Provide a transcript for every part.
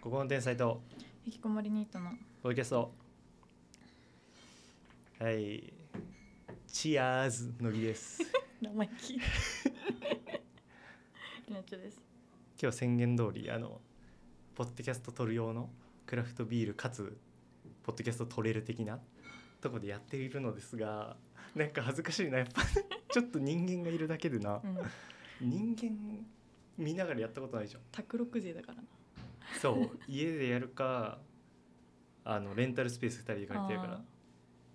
ここの天才と引きこもりニートのポイキャストはいチアーズのりです 生意気りなちゃです今日宣言通りあのポッドキャスト撮る用のクラフトビールかつポッドキャスト撮れる的なとこでやっているのですがなんか恥ずかしいなやっぱちょっと人間がいるだけでなうん人間見ながらやったことないでしょ宅録勢だからなそう家でやるかあのレンタルスペース2人で借りてるからあ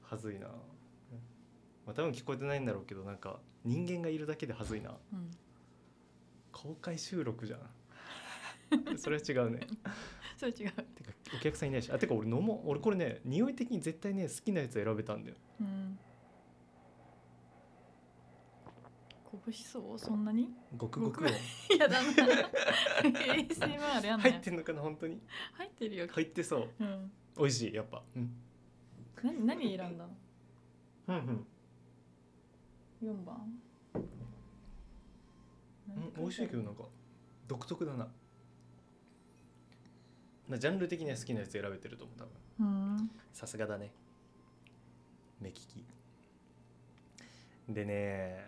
はずいな、まあ、多分聞こえてないんだろうけどなんか人間がいるだけではずいなうん公開収録じゃ んそれは違うねそれ違てうかお客さんいないしあてか俺飲もう俺これね匂い的に絶対ね好きなやつ選べたんだようんこぶしそうそんなにごくごく音いやだな ASMR やんな入よってんのかな本当に入ってるよ、入ってそううん美味しいやっぱうんな何選んだのうんうん四番うん美味しいけどななんて書んかて独特だなまあジャンル的には好きなやつ選べてると思う多分あるうんさすがだね目利きでね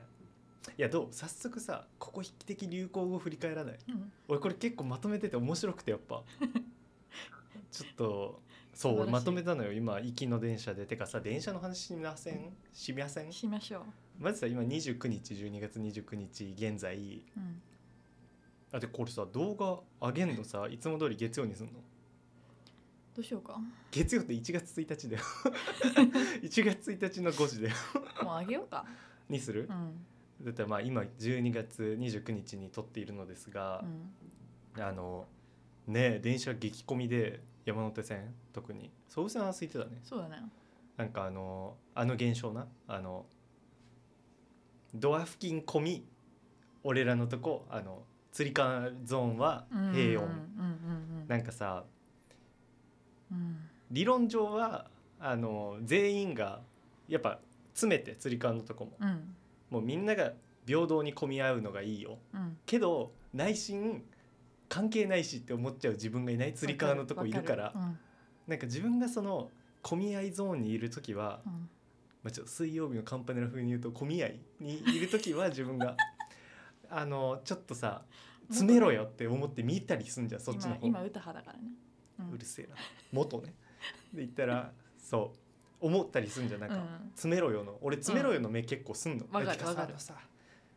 いやどう早速さここ筆記的流行語振り返らないうん俺これ結構まとめてて面白くてやっ ぱちょっとそう素晴らしい俺まとめたのよ今行きの電車でてかさ電車の話しませんしませんしましょうまずさ今29日12月29日現在うんあでこれさ動画上げんのさいつも通り月曜にすんのどうしようか月曜って1月1日だよ 1月1日の5時だよもうあげようかにするうんだってまあ今12月29日に撮っているのですがう、んあのねえ電車激混みで山手線特に総武線は空いてたねそうだねなんかあのあの現象なあのドア付近混み俺らのとこあの釣り革ゾーンはうん平穏、うんうんうんなんかさうん理論上はあの全員がやっぱ詰めて釣り革のとこもうんもうみんなが平等に混み合うのがいいようんけど内心関係ないしって思っちゃう自分がいないつり革のとこいるからわかるなんか自分がその混み合いゾーンにいる時は、うんうんまあ、ちょっと水曜日のカンパネラ風に言うと混み合いにいる時は自分があのちょっとさ詰めろよって思って見たりすんじゃんそっちの今方今歌派だからねうんうるせえな元ねで言ったらそう思ったりすんじゃんなんか、うん詰めろよの俺詰めろよの目結構すんの、わかるてさわかるあのさ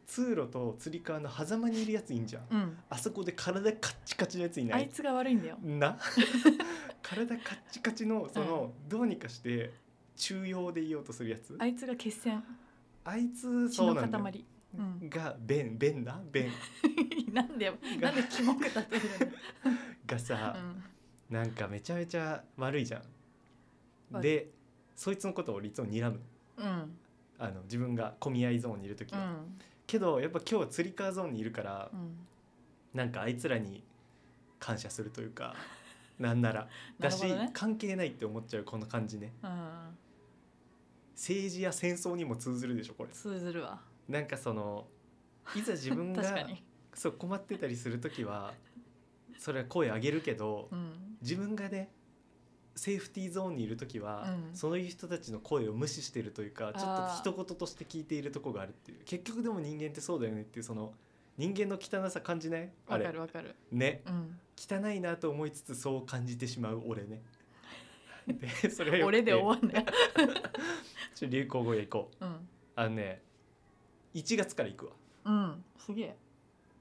通路とつり革の狭間にいるやついいんじゃんうんあそこで体カッチカチのやついなあいいつが悪いんだよな 体カッチカチのその、どうにかして中庸でいようとするやつあいつが血栓あいつ血そのうなんだよ塊うんが便便な便 なんでながんでキモく立てる がのさ、うんなんかめちゃめちゃ悪いじゃん悪いでそいつのことを俺いつも睨むうんあの自分が混み合いゾーンにいる時うは、んけどやっぱ今日は釣り革ゾーンにいるからう、んなんかあいつらに感謝するという かなんならなだるし、ほどね関係ないって思っちゃうこの感じねうん政治や戦争にも通ずるでしょこれ通ずるわなんかそのいざ自分 確かがにそう困ってたりする時はそれは声上げるけどうん自分がねセーフティーゾーンにいる時は、うんそういう人たちの声を無視してるというかちょあっーと一言として聞いているとこがあるっていう結局でも人間ってそうだよねっていうその人間の汚さ感じないあわかれるわかるねうん汚いなと思いつつそう感じてしまう俺 ね。でそれはよくて俺で終わんねちょ流行語へ行こううんあのね1月から行くわうんすげえ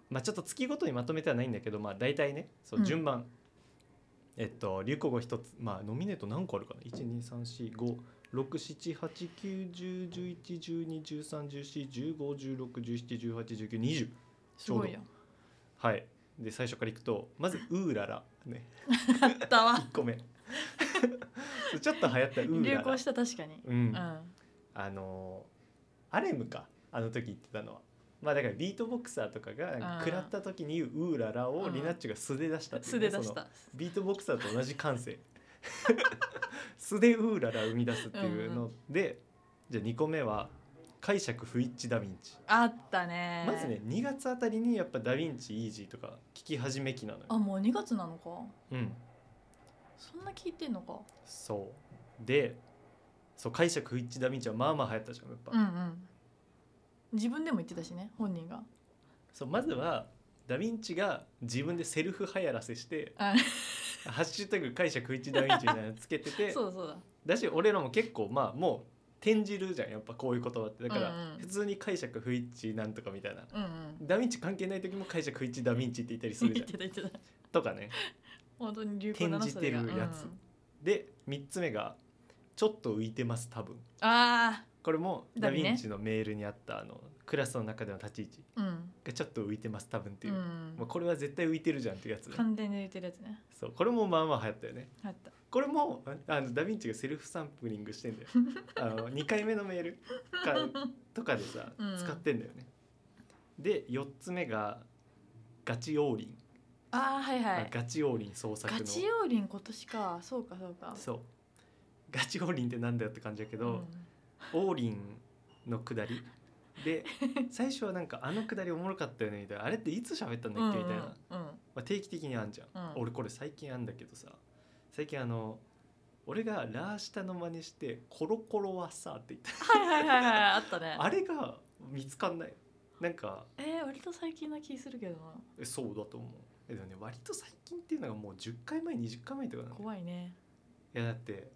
まあ、ちょっと月ごとにまとめてはないんだけど、まあ、大体ねそううん順番、えっと流行語一つ、まあ、ノミネート何個あるかな1234567891011121314151617181920すごいよはいで最初からいくとまず「うーらら」ねあったわ1個目そう ちょっと流行った「うー流らら行」した確かにううんんあのアレムかあの時言ってたのは。まあだからビートボクサーとかがなんかうん食らった時に「うーらら」をうんリナッチが素で出したってい素うねで出そしのたビートボクサーと同じ感性 素で「うーらら」生み出すっていうので、じゃあ2個目は「解釈不一致ダ・ヴィンチあった」ねまずね2月あたりにやっぱ「ダ・ヴィンチイージー」とか聞き始め期なのよ。あもう2月なのかうん、そんな聞いてんのかそうでそう解釈不一致ダ・ヴィンチはまあまあ流行ったじゃんやっぱ、うんうん自分でも言ってたしね本人がそうまずはダ・ヴィンチが自分でセルフ流行らせしてあ「ハッシュタグ解釈不一致ダ・ヴィンチ」みたいなのつけてて そうだそうだだし俺らも結構まあもう転じるじゃんやっぱこういう言葉ってだから、うんうん普通に解釈不一致なんとかみたいなうんうんダ・ヴィンチ関係ない時も解釈不一致ダ・ヴィンチって言ったりす言っるじてゃん た言ってたとかね本当に流行だな転じてるそれがやつで3つ目が「ちょっと浮いてます多分あ」これもダ・ダヴヴィねィンチのメールにあったあのクラスの中での立ち位置あうんが「ちょっと浮いてます多分」っていうう、んまあ、これは絶対浮いてるじゃんっていうやつね完全に言ってるやつねそうこれもまあまあ流行ったよねあったこれもあのダ・ヴィンチがセルフサンプリングしてんだよ あの2回目のメールかとかでさうん使ってんだよね、で4つ目がガチ王林、 ああはいはあいガチ王林創作のガチ王林今年かそうかそうかそうガチ王林ってなんだよって感じだけうど、ん王林の下り で最初はなんかあの下りおもろかったよねみたいなあれっていつ喋ったんだっけみたいな、うんうんまあ、定期的にあんじゃん、うん俺これ最近あんだけどさ最近あの俺がラーシタの真似して「コロコロはさ」って言っはいはいはいはいあったねた あれが見つかんないなんかえー、割と最近な気するけどなえそうだと思うえでもね割と最近っていうのがもう10回前20回前とかなんだよ怖いねいやだって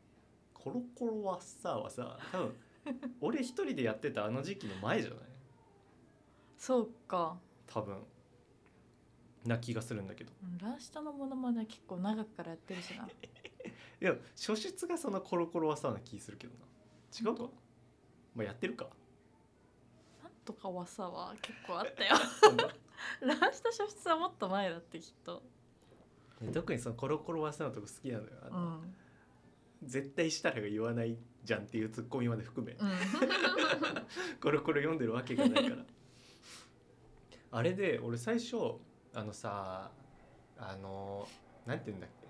「コロコロはさ」はさ多 分俺一人でやってたあの時期の前じゃないそうか多分な気がするんだけどうんラシタのモノマネは結構長くからやってるしなでも初出がそのコロコロはさな気するけどな違うか本まあやって るかなんとかわさは結構あ ったよラシタ初出はもっと前だってきっと特にそのコロコロはさのとこ好きなのよあうの、ん絶対したらが言わないじゃんっていうツッコミまで含め、うん コロコロ読んでるわけがないからあれで俺最初あのさあのなんて言うんだっけ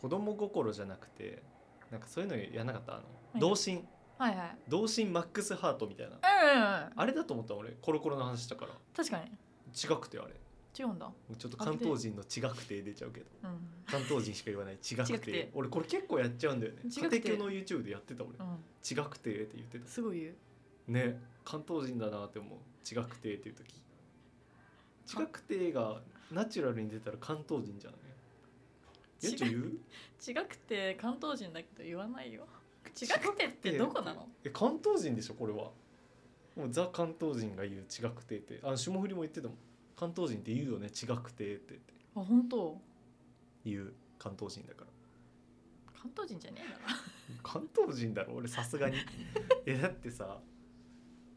子供心じゃなくてなんかそういうのやらなかったあいの童心はいはい童心マックスハートみたいなうんうんうんあれだと思った俺コロコロの話したから確かに違くてあれ違うんだちょっと関東人の違くて出ちゃうけどうん関東人しか言わない違くて違くて俺これ結構やっちゃうんだよね違家くて庭教の YouTube でやってた俺うん違くてって言ってたすごい言うね関東人だなって思う違くてっていう時違くてがナチュラルに出たら関東人じゃないゆうちょ言う違くて関東人だけど言わないよ違くてってどこなのえ関東人でしょこれはもうザ関東人が言う違くてってあの霜降りも言ってたもん関東人って言うよね違くてってってあ本当言う関東人だから関東人じゃねえだろ関東人だろ俺さす がにえだってさ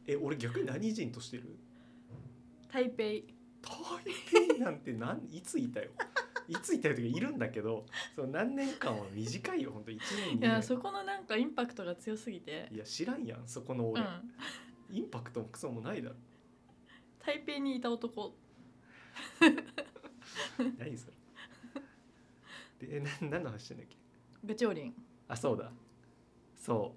え俺逆に何人としてる台北台北なんてなんいついたよいついたよというかいるんだけどその何年間は短いよ本当一年いにやそこのなんかインパクトが強すぎていや知らんやんそこのう俺、んインパクトもクソもないだろ台北にいた男何それでえな何の話してんだっけガチョウリンあそうだそ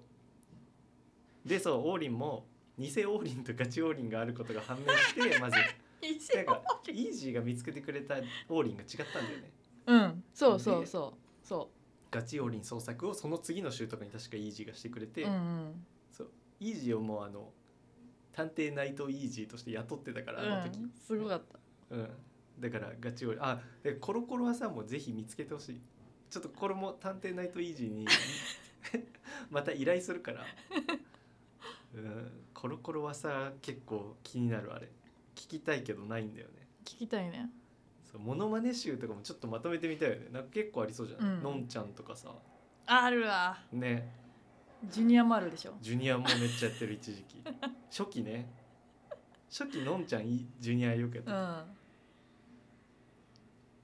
うでそう王林も偽王林とガチ王林があることが判明して まずなんかイージーが見つけてくれた王林が違ったんだよねうんそうそうそうそガチ王林捜索をその次の週とかに確かイージーがしてくれうて、うんうんイージーをもうあの探偵ナイトイージーとして雇ってたからあのう時、んすごかったうんだからガチオリあでコロコロはさもうぜひ見つけてほしいちょっとこれも探偵ナイトイージーに また依頼するから、うん、コロコロはさ結構気になるあれ聞きたいけどないんだよね聞きたいねそうモノマネ集とかもちょっとまとめてみたいよねなんか結構ありそうじゃない、うんのんちゃんとかさあるわねジュニアマルでしょジュニアもめっちゃやってる一時 期初期ね初期のんちゃんいジュニアよくやってうんた、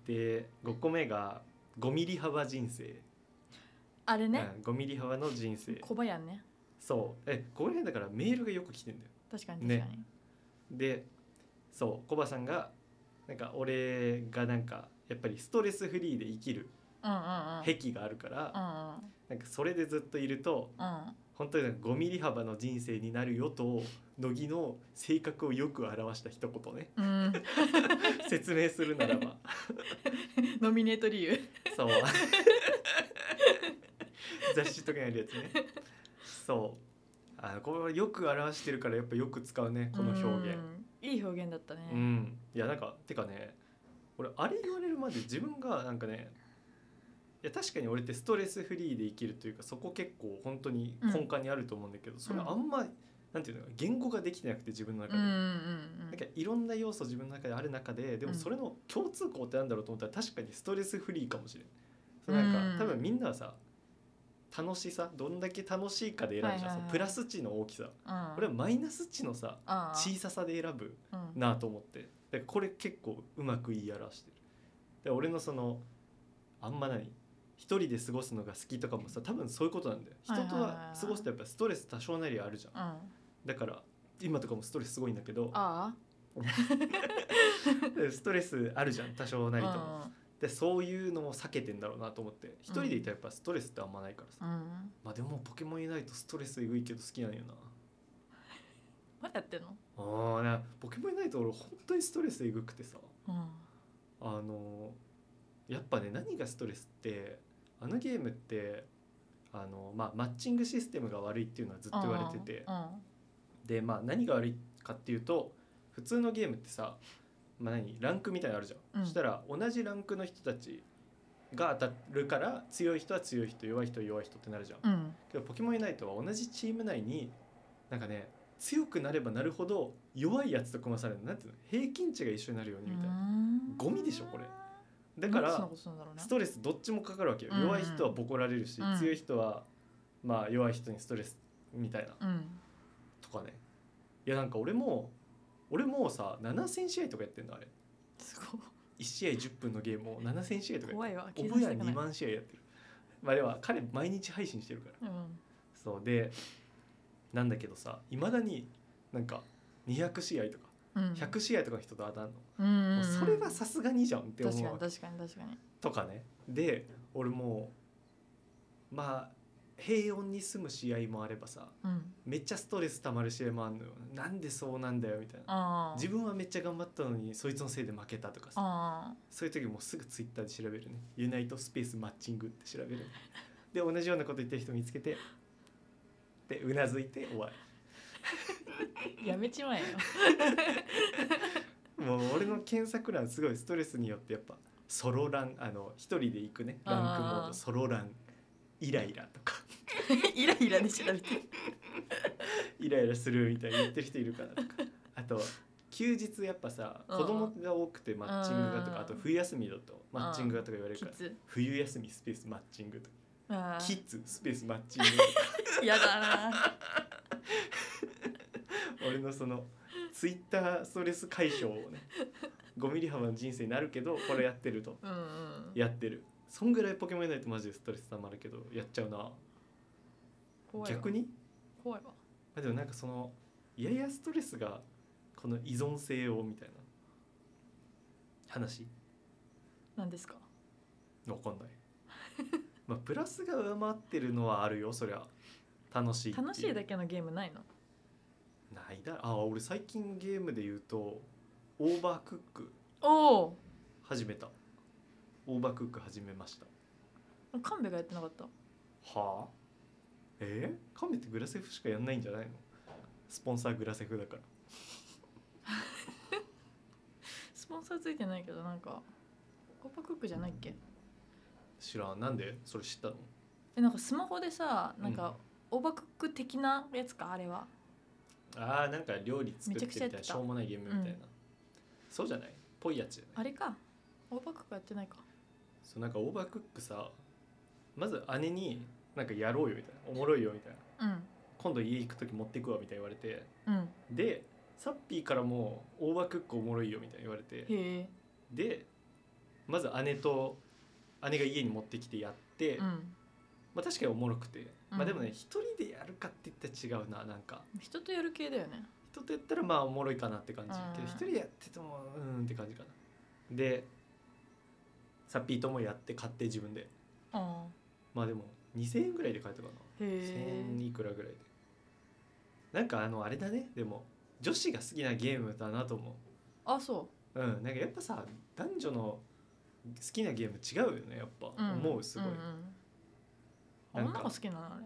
で5個目が5ミリ幅人生、あれねうん、5ミリ幅の人生小林ねそうえこの辺だからメールがよく来てんだよ確かに確ねかにでそうコバさんがなんか俺がなんかやっぱりストレスフリーで生きるうんうんうん癖があるから、うんうんなんかそれでずっといるとうん本当に5ミリ幅の人生になるよと乃木の性格をよく表した一言 ねうん、説明するならばノミネート理由そう 雑誌とかにあるやつねそうあのこれよく表してるからやっぱよく使うねこの表現うんいい表現だったね、うん、いやなんかてかね俺あれ言われるまで自分がなんかねいや確かに俺ってストレスフリーで生きるというかそこ結構本当に根幹にあると思うんだけど、それあんまなんていうのか言語ができてなくて自分の中うで、んうんうんなんかいろんな要素自分の中である中ででもうんそれの共通項ってなんだろうと思ったら確かにストレスフリーかもしれん。そうなんうんか多分みんなはさ楽しさどんだけ楽しいかで選ぶじゃん、はいはいはいそのプラス値の大きさうんこれはマイナス値のさああ小ささで選ぶうんなと思ってだからこれ結構うまく言い表してる。で俺のそのあんま何一人で過ごすのが好きとかもさ多分そういうことなんだよ。人はいはいとはいはいは過ごすとやっぱストレス多少なりあるじゃん。うんあだから今とかもストレスすごいんだけどあで ストレスあるじゃん多少なりとも、うんでそういうのも避けてんだろうなと思って一人でいたらやっぱストレスってあんまないからさ、うんまあでもポケモンいないとストレスえぐいけど好きなんよなまだやってんのあーなポケモンいないと俺本当にストレスえぐくてさうんあのやっぱね何がストレスってあのゲームってあの、まあ、マッチングシステムが悪いっていうのはずっと言われててうんでまあ何が悪いかっていうと普通のゲームってさ、まあ、何ランクみたいなのあるじゃん、うんそしたら同じランクの人たちが当たるから強い人は強い人弱い人は弱い人ってなるじゃん、うんうんけどポケモンユナイトは同じチーム内になんかね強くなればなるほど弱いやつと組まされるのなんていうの平均値が一緒になるようにみたいな、うんゴミでしょこれだだかそんならことするんだろうねストレスどっちもかかるわけよ、うんうん弱い人はボコられるし、うん強い人はまあ弱い人にストレスみたいなうんとかねいやなんか俺も俺もさ7,000試合とかやってんのあれすごい1試合10分のゲームを7,000試合とかや怖いわってるおぶや計算したくない2万試合やってるまあでは彼毎日配信してるからうんそうでなんだけどさいまだになんか200試合とかうん100試合とかの人と当たんの、うんうんうんもうそれがさすがにじゃんって思確うかわにけ確かに確かにとかねで俺もうまあ平穏に済む試合もあればさうんめっちゃストレスたまる試合もあんのよなんでそうなんだよみたいなああ自分はめっちゃ頑張ったのにそいつのせいで負けたとかさあそういう時もうすぐツイッターで調べるねユナイトスペースマッチングって調べるで同じようなこと言ってる人見つけてでうなずいて終わあやめちまえよりもう俺の検索欄すごいストレスによってやっぱソロランあの一人で行くねランクモーあードソロランイライラとか イライラで調べてイライラするみたいに言ってる人いるから とかあと休日やっぱさうん子供が多くてマッチングがとうんかあと冬休みだとマッチングがとか言われる キからッズ冬休みスペースマッチングとかあキーッズスペースマッチン グやだな俺のそのツイッターストレス解消をね5ミリ幅の人生になるけどこれやってるとうんうんやってるそんぐらいポケモンいないとマジでストレスたまるけどやっちゃうな怖いわ逆に、怖いわまあ、でもなんかそのややストレスがこの依存性をみたいな話何ですかわかんない まあプラスが上回ってるのはあるよそりゃ楽しいってう楽しいだけのゲームないのないだろあ俺最近ゲームで言うとオーバークックお始めたオーバークック始めましたお神戸がやってなかったはあえー、カメってグラセフしかやんないんじゃないのスポンサーグラセフだからスポンサーついてないけどなんかコパクックじゃないっけ知らんなんでそれ知ったのえなんかスマホでさなんうか、オーバークック的なやつかあれはあーなんか料理作ってみたいめちゃくちゃやっなてしたょうもないゲームみたいな、そうじゃないぽいやつじゃあないれかオーバークックやってないかそうなんかオーバークックさまず姉になんかやろうよみたいなおもろいよみたいなうん今度家行く時持ってくわみたいな言われてうんでサッピーからも「オーバークックおもろいよ」みたいに言われてへえでまず姉と姉が家に持ってきてやって、うまんあ確かにおもろくて、まうあんでもね一人でやるかって言ったら違うななんか人とやる系だよね人とやったらまあおもろいかなって感じうんけど一人でやっててもうーんって感じかなでサッピーともやって買って自分であまあでも2,000円ぐらいで買えたかなーへ1000いくらぐらいでなんかあのあれだねでも女子が好きなゲームだなと思うえあそうん、なんかやっぱさ男女の好きなゲーム違うよねやっぱ、う、うん、思うすごい、んんなんか女が好きなのあれ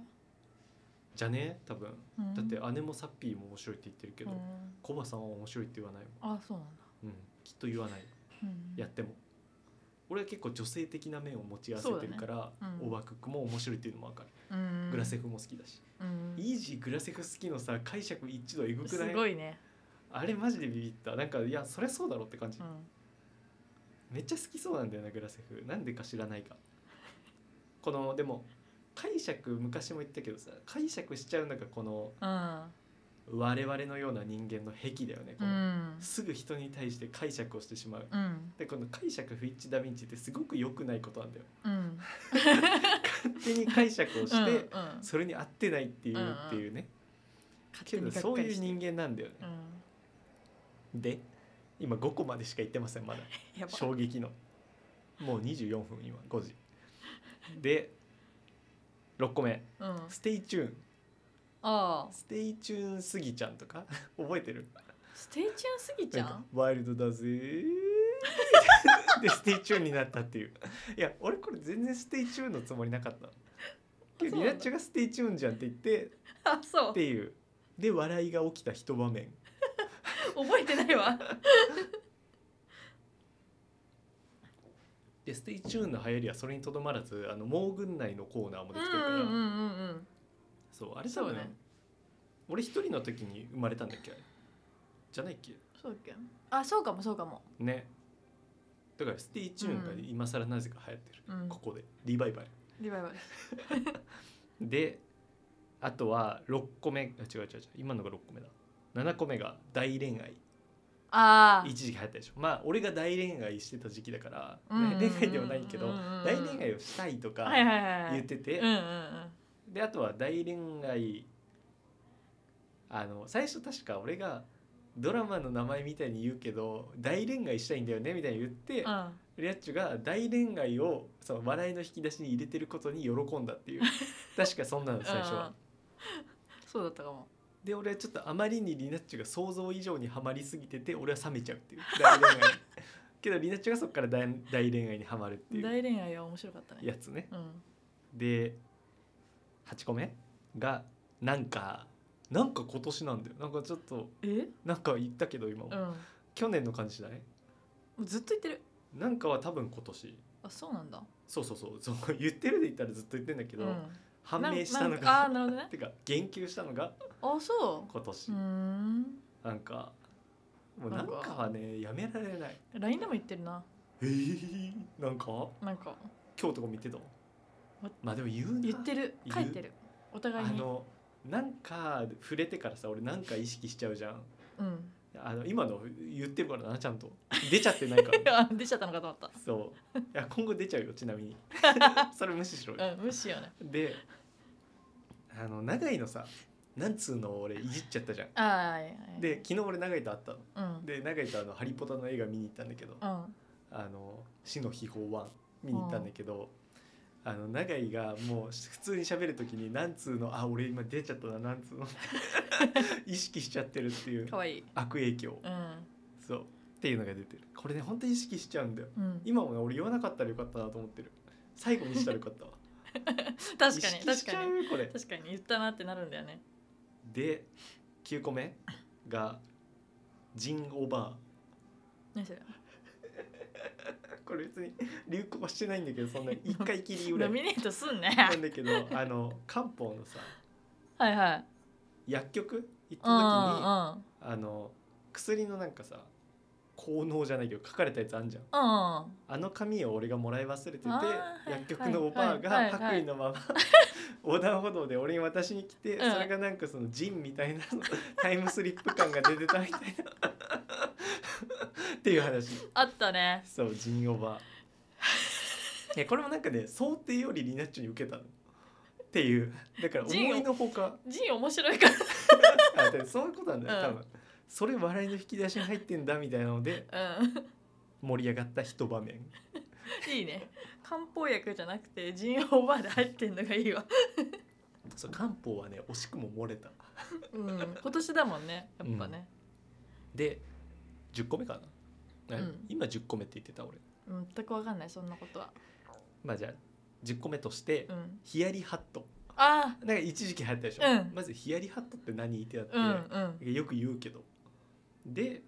じゃね多分うんだって姉もサッピーも面白いって言ってるけど、うんコバさんは面白いって言わないもあそうなんだ、ん、うん、きっと言わないうん、やっても俺は結構女性的な面を持ち合わせてるから、そうだねうんオーバークックも面白いっていうのも分かる、うんグラセフも好きだし、うんイージーグラセフ好きのさ解釈一度えぐくすないごいね、あれマジでビビったなんかいやそりゃそうだろって感じ、うん、めっちゃ好きそうなんだよなグラセフなんでか知らないがこのでも解釈昔も言ったけどさ解釈しちゃうのがこのうん我々のような人間の癖だよねこうの、んすぐ人に対して解釈をしてしまううんでこの解釈不一致ダヴィンチってすごく良くないことなんだようん勝手に解釈をして、うんうん、それに合ってないっていううんうんっていうね、勝け手にがどっかそりういうして人間なんだよね、うんで今5個までしか言ってませんまだやば衝撃のもう24分今5時で6個目うん「ステイチューン」ああ「ステイチューンすぎちゃん」とか覚えてるステイチューンすぎちゃなんかんワイルドだぜーでステイチューン になったっていういや俺これ全然ステイチューンのつもりなかったけそどうリなんだナッチュが「ステイチューンじゃん」って言って あそうっていうで笑いが起きた一場面覚えてないわでステイチューンの流行りはそれにとどまらずあの盲軍内のコーナーもうでんきてるから、うんうんうんうんそうあれ多そう分、ね俺一人の時に生まれたんだっけあれじゃないっけそうだっけあそうかもそうかもねだからステイチューンがうん今更なぜか流行ってる、うんここでリバイバルリバイバルであとは6個目あ違う違う違う今のが6個目だ7個目が大恋愛ああ一時期流行ったでしょまあ俺が大恋愛してた時期だから、うんうんうん大恋愛ではないけど、うんうんうん大恋愛をしたいとかはいはいはいはい言ってて、うんうんうんであとは大恋愛あの最初確か俺がドラマの名前みたいに言うけど大恋愛したいんだよねみたいに言って、うんリアッチュが大恋愛をその笑いの引き出しに入れてることに喜んだ っていう確かそんなの最初うはん。そうだったかもで俺はちょっとあまりにリナッチュが想像以上にはまりすぎてて俺は冷めちゃうっていう大 恋愛けどリナッチュがそこから大大恋愛にはまるっていう大恋愛は面白かったねやつね。うんで8個目がなんかなんか今年なんだよなんかちょっとえなんか言ったけど今も、う去年の感じしないんずっと言ってるなんかは多分今年あそうなんだそうそうそうそう言ってるで言ったらずっと言ってんだけど、うん判明したのながんなんあーなるほどねてか言及したのがあそ今年、ううーんなんかもうなんかはねやめられない LINE でも言ってるなえー、なんかなんか今日とか見てたまあでも言うな言ってるいる書いてるお互あいにのなんか触れてからさ俺なんか意識しちゃうじゃんうん あの今の言ってるからなちゃんと出ちゃってないからあ出ちゃったのかと思っそういや今後出ちゃうよちなみにそれ無視しろよたうん無視よねであの長井のさなんつうのを俺いじっちゃったじゃんああはいはいで昨日俺長井と会ったのうんで長井とあの「ハリポタ」の映画見に行ったんだけどう「んあの死の秘宝1」見に行ったんだけど、あの長井がもう普通に喋る時に「なんつうのあ俺今出ちゃったななんつうの」意識しちゃってるっていうかわいい悪影響うんそうっていうのが出てるこれね本当に意識しちゃうんだようん今もね俺言わなかったらよかったなと思ってる最後にしたらよかったわ 確か意に識確しちかゃにうこれ確かに言ったなってなるんだよねで9個目がジンオバ何それーこれ別に流行はしてないんだけどそんな一回きりぐら ノいミネートすんねなんだけどあの漢方のさはいはい薬局行ったうん時にあうんの薬のなんかさ効能じゃないけど書かれたやつあんじゃんうんあの紙を俺がもらい忘れててあーはい薬局のおばあがはいはい白はいはい衣の まま横断歩道で俺に渡しに来て、うんそれがなんかそのジンみたいなそのタイムスリップ感が出てたみたいなっていう話あったねそうジンおばあいやこれもなんかね想定よりリナッチョに受けたのっていうだから思ジンをいのほかジン面白いからあでもそういうことなんだよ、うん多分それ笑いの引き出しに入ってんだみたいなのでうん盛り上がった一場面いいね漢方薬じゃなくてジンオーバーで入ってんのがいいわそう漢方はね惜しくも漏れたうん今年だもんねやっぱねで10個目かな、うん今10個目って言ってた俺うん全くわかんないそんなことはまあじゃあ10個目として、うんヒヤリハットあなんか一時期流行ったでしょ、うんまずヒヤリハットって何ってやって、うんうんよく言うけどで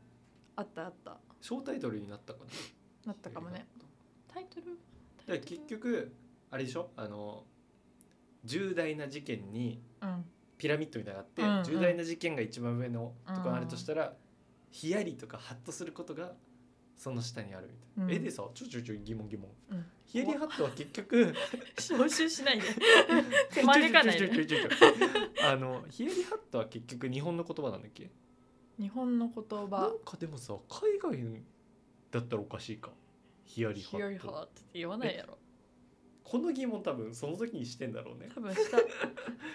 あったあった小タイトルになったかななったかもねタイトルだから結局あれでしょあの重大な事件にうんピラミッドみたいなのがあって、うんうん重大な事件が一番上のところにあるとしたら、ヒヤリとかハッとすることがその下にあるみたいな、うんえでさちょちょちょ疑問疑問うんヒヤリハットは結局消臭しないでち手ょ招かないちょちょでちょちょちょちょあのヒヤリハットは結局日本の言葉なんだっけ日本の言な葉んかでもさ海外だったらおかしいかヒヤリハヒヤリッハトーって言わないやろこの疑問多分その時にしてんだろうね多分した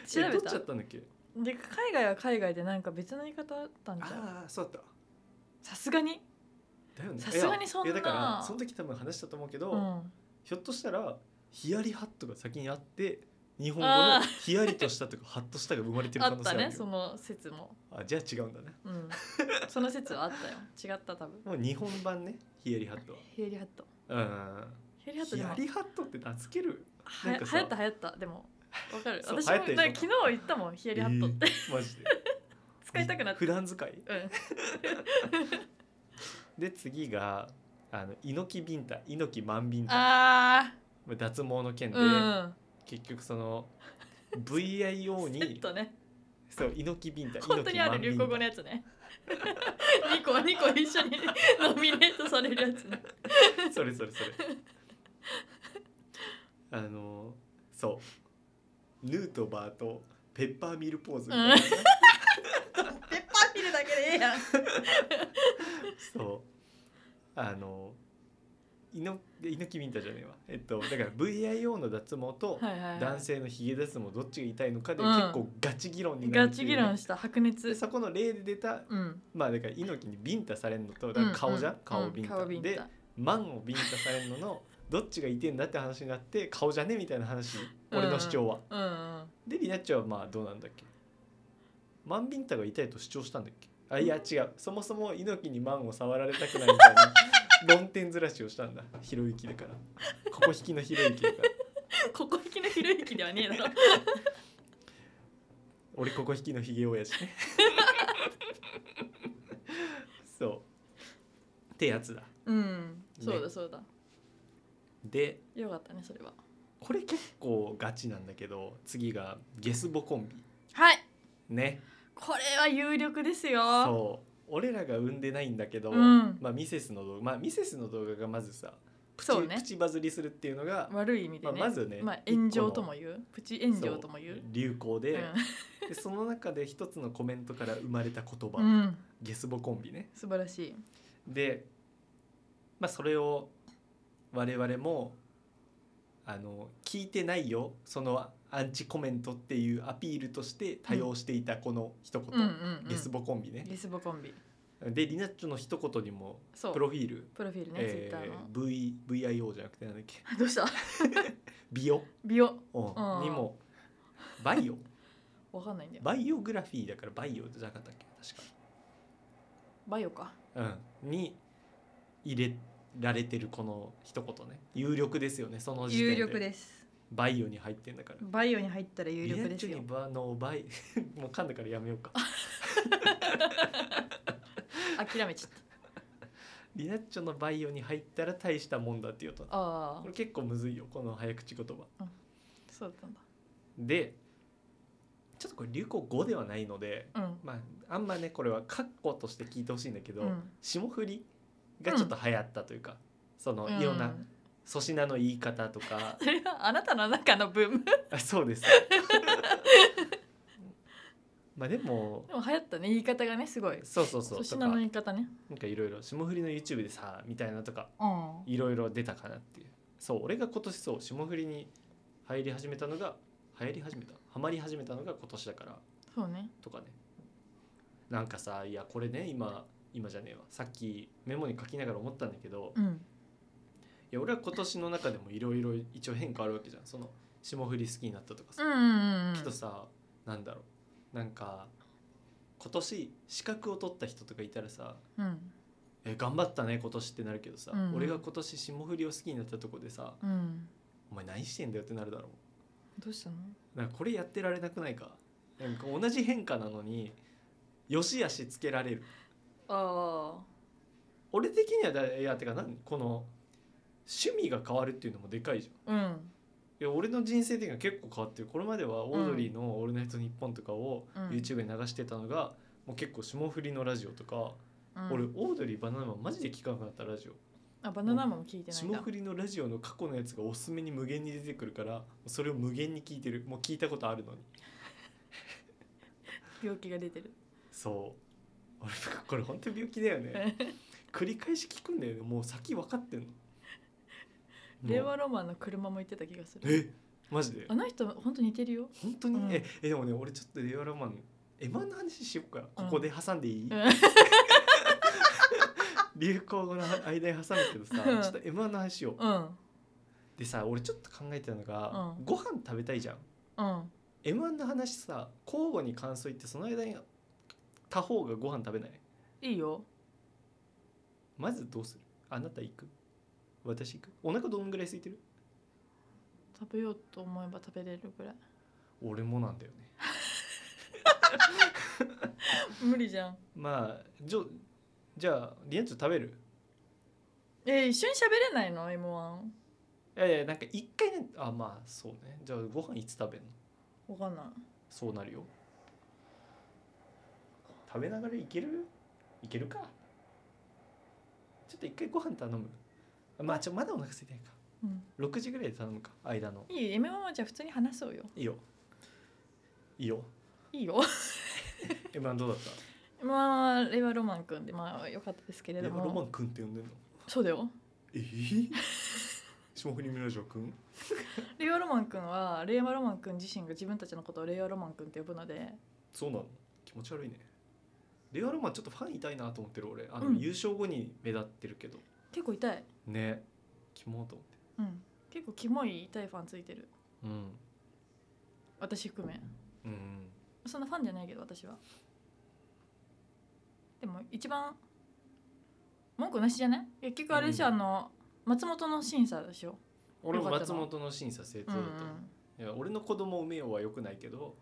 調 えどべっちだたったんだっけで海外は海外でなんか別の言い方あったんじゃんああそうだっさすがにただよねさすがにそんないやいやだからその時多分話したと思うけど、うんひょっとしたらヒヤリハットが先にあって日本語のあーヒヤリとしたとかハッとしたが生まれてるあ可っ能性たあるよねその説もあじゃあ違うんだねうん その説はあったよ違った多分もう日本版ねヒヤリハットはヒヤリハットうんヒヤリハッヒトでもヤリハットって名付けるはなんやか流さ行った流行ったでもわかるそう私流も行ったでしょなんか昨日言ったもんヒヤリハットって、えーマジで 使いたくなって普段使いうんで次があの猪木ビンタ猪木万ビンタあ脱毛の件ーで、うん結局その VIO セッにトねそう猪木ビンタ本当にある流行語のねやつね二個 二個一緒にノミネートされるやつね それそれそれあのそうヌートバーとペッパーミルポーズみたいな、うんペッパーピルだけでええやんそうあの猪猪木ビンタじゃねえわえっとだから VIO の脱毛とはいはい、は男性のひげ脱毛どっちが痛いのかでうん結構ガチ議論い、になるっガていチう議ね論した白で熱そこの例で出たうんまあだから猪木にビンタされるのとだから顔じゃん、うう顔ビンタ,、うん顔ビンタでマンをビンタされるののどっちがいてんだって話になって顔じゃねみたいな話俺の主張は、うんうんでリナッチはまあどうなんだっけマンビンタが痛いと主張したんだっけあいや違うそもそも猪木にマンを触られたくないみたいな論点ずらしをしたんだひろゆきだからここ引きのひろゆきだからここ引きのひろゆきではねえだろ 俺ここ引きのひげ親父ねそうってやつだうんそうねだそうだ、でよかったねそれはこれ結構ガチなんだけど次がゲスボコンはいビねこれは有力ですよそう俺らが産んでないんだけど、うんまあミセスの動画まあミセスの動画がまずさプチ,、そうねプチバズりするっていうのが、悪い意味でまあ、ね、まずね、まあ炎上とも一言うプチ個の炎上とも言そう流行で,、うでその中で一つのコメントから生まれた言葉、ん、うん、ゲスボコンビね素晴らしいで、まあ、それを我々もあの聞いてないよそのアンチコメントっていうアピールとして多用していたこの一言、うんうん、うん、ゲスボコンビね、ゲスボコンビでリナッチョの一言にもそうプロフィール、プロフィールね、ツイッえターの ー v VIO じゃなくてなんだっけ どうした美容、美容うんんにもバイオわかんないんだよバイオグラフィーだからバイオじゃなかったっけバイオか確か、うん、に入れられてるこの一言ね有力ですよねその時点で有力ですバイオに入ってんだからバイオに入ったら有力リナッでチすョよにバのバイ もう噛んだからやめようか諦めちゃっリナッチョのバイオに入ったら大したもんだっていうとたあこあれ結構むずいよこの早口言葉そうだったんだでちょっとこれ流行語ではないのでうんまあ、あんまねこれは括弧として聞いてほしいんだけど、うん霜降りがちょっと流行ったというか、そのいろんうな粗品の言い方とか そ、れは あなたの中のブームであそうですまあでもも流行ったね言い方がねすごいそうそうそ粗うと品かのな言い方ねんかいろいろ霜降りの YouTube でさみたいなとかうんいろいろ出たかなっていうそう俺が今年そう霜降りに入り始めたのが流行り始めたハマり始めたのが今年だからそうねとかねなんかさいやこれね今今じゃねえわさっきメモに書きながら思ったんだけど、いうんや俺は今年の中でもいろいろ一応変化あるわけじゃんその霜降り好きになったとかうさ、んうんうんきっとさなんだろうなんか今年資格を取った人とかいたらさうん「え頑張ったね今年」ってなるけどさ、うんうん俺が今年霜降りを好きになったとこでさうんお前何してんだよってなるだろどうしたのうなんかこれやってられなくないかなんか同じ変化なのによし悪しつけられるあ俺的にはだいやてかなんこの趣味が変わるっていうのもでかいじゃんあうんいや俺の人生的には結構変わってるこれまではオードリーの「オールナイトニッポン」とかをうん YouTube に流してたのが、もう結構霜降りのラジオとか、うん俺オードリーバナナマンマジで聞かなくなったラジオあバナナマンも聞いてないん霜だ降りのラジオの過去のやつがおすすめに無限に出てくるからそれを無限に聞いてるもう聞いたことあるのに病気が出てるそう俺 これ本当に病気だよ ね繰り返し聞くんだよねもう先分かってんのもう令和ロマンの車も言ってた気がするえマジであの人本当似てるよ本当に、うんええでもね俺ちょっと令和ロマン M−1 の話しよっかここで挟んでいい、うん 流行語の間に挟むけどさ、うんちょっと M−1 の話しよううんでさ俺ちょっと考えてたのが、うんご飯食べたいじゃんうん、 M−1 の話さ交互に感想言ってその間に他方がご飯食べないいいよ。まずどうするあなた行く私行くお腹どんぐらい空いてる食べようと思えば食べれるぐ らい。俺もなんだよね無理じゃん。まあじょじゃあリアンチョ食べるえー、一緒に喋れないの M1。わいやいやなんか一回ねあまあそうねじゃあご飯いつ食べんのかんない。そうなるよ食べながらいけるいけるかちょっと一回ご飯頼むまあちょまだお腹空いてないかうん。 6時ぐらいで頼むか間のいいよ M1 はじゃあ普通に話そうよ。いいよいいよいいよ。 今どうだったまあ令和ロマンくんでまあ良かったですけれレどバロマも。ンくんって呼んでんのそうだよ。え ー、霜降り明星くん令和ロマンくんは令和ロマンくん自身が自分たちのことを令和ロマンくんって呼ぶので。そうなの気持ち悪いねレアロマンちょっとファンいたいなと思ってる俺あの、うん優勝後に目立ってるけど結構痛い。ねキモーと思ってうん。結構キモい痛いファンついてる。うん私含め。うんそんなファンじゃないけど私は。でも一番文句なしじゃない結局あれでしょ、うんあの松本の審査でしょ。俺もよかった松な本の審査成功うんだうとん思う、いや俺の子供を産めようは良くないけど、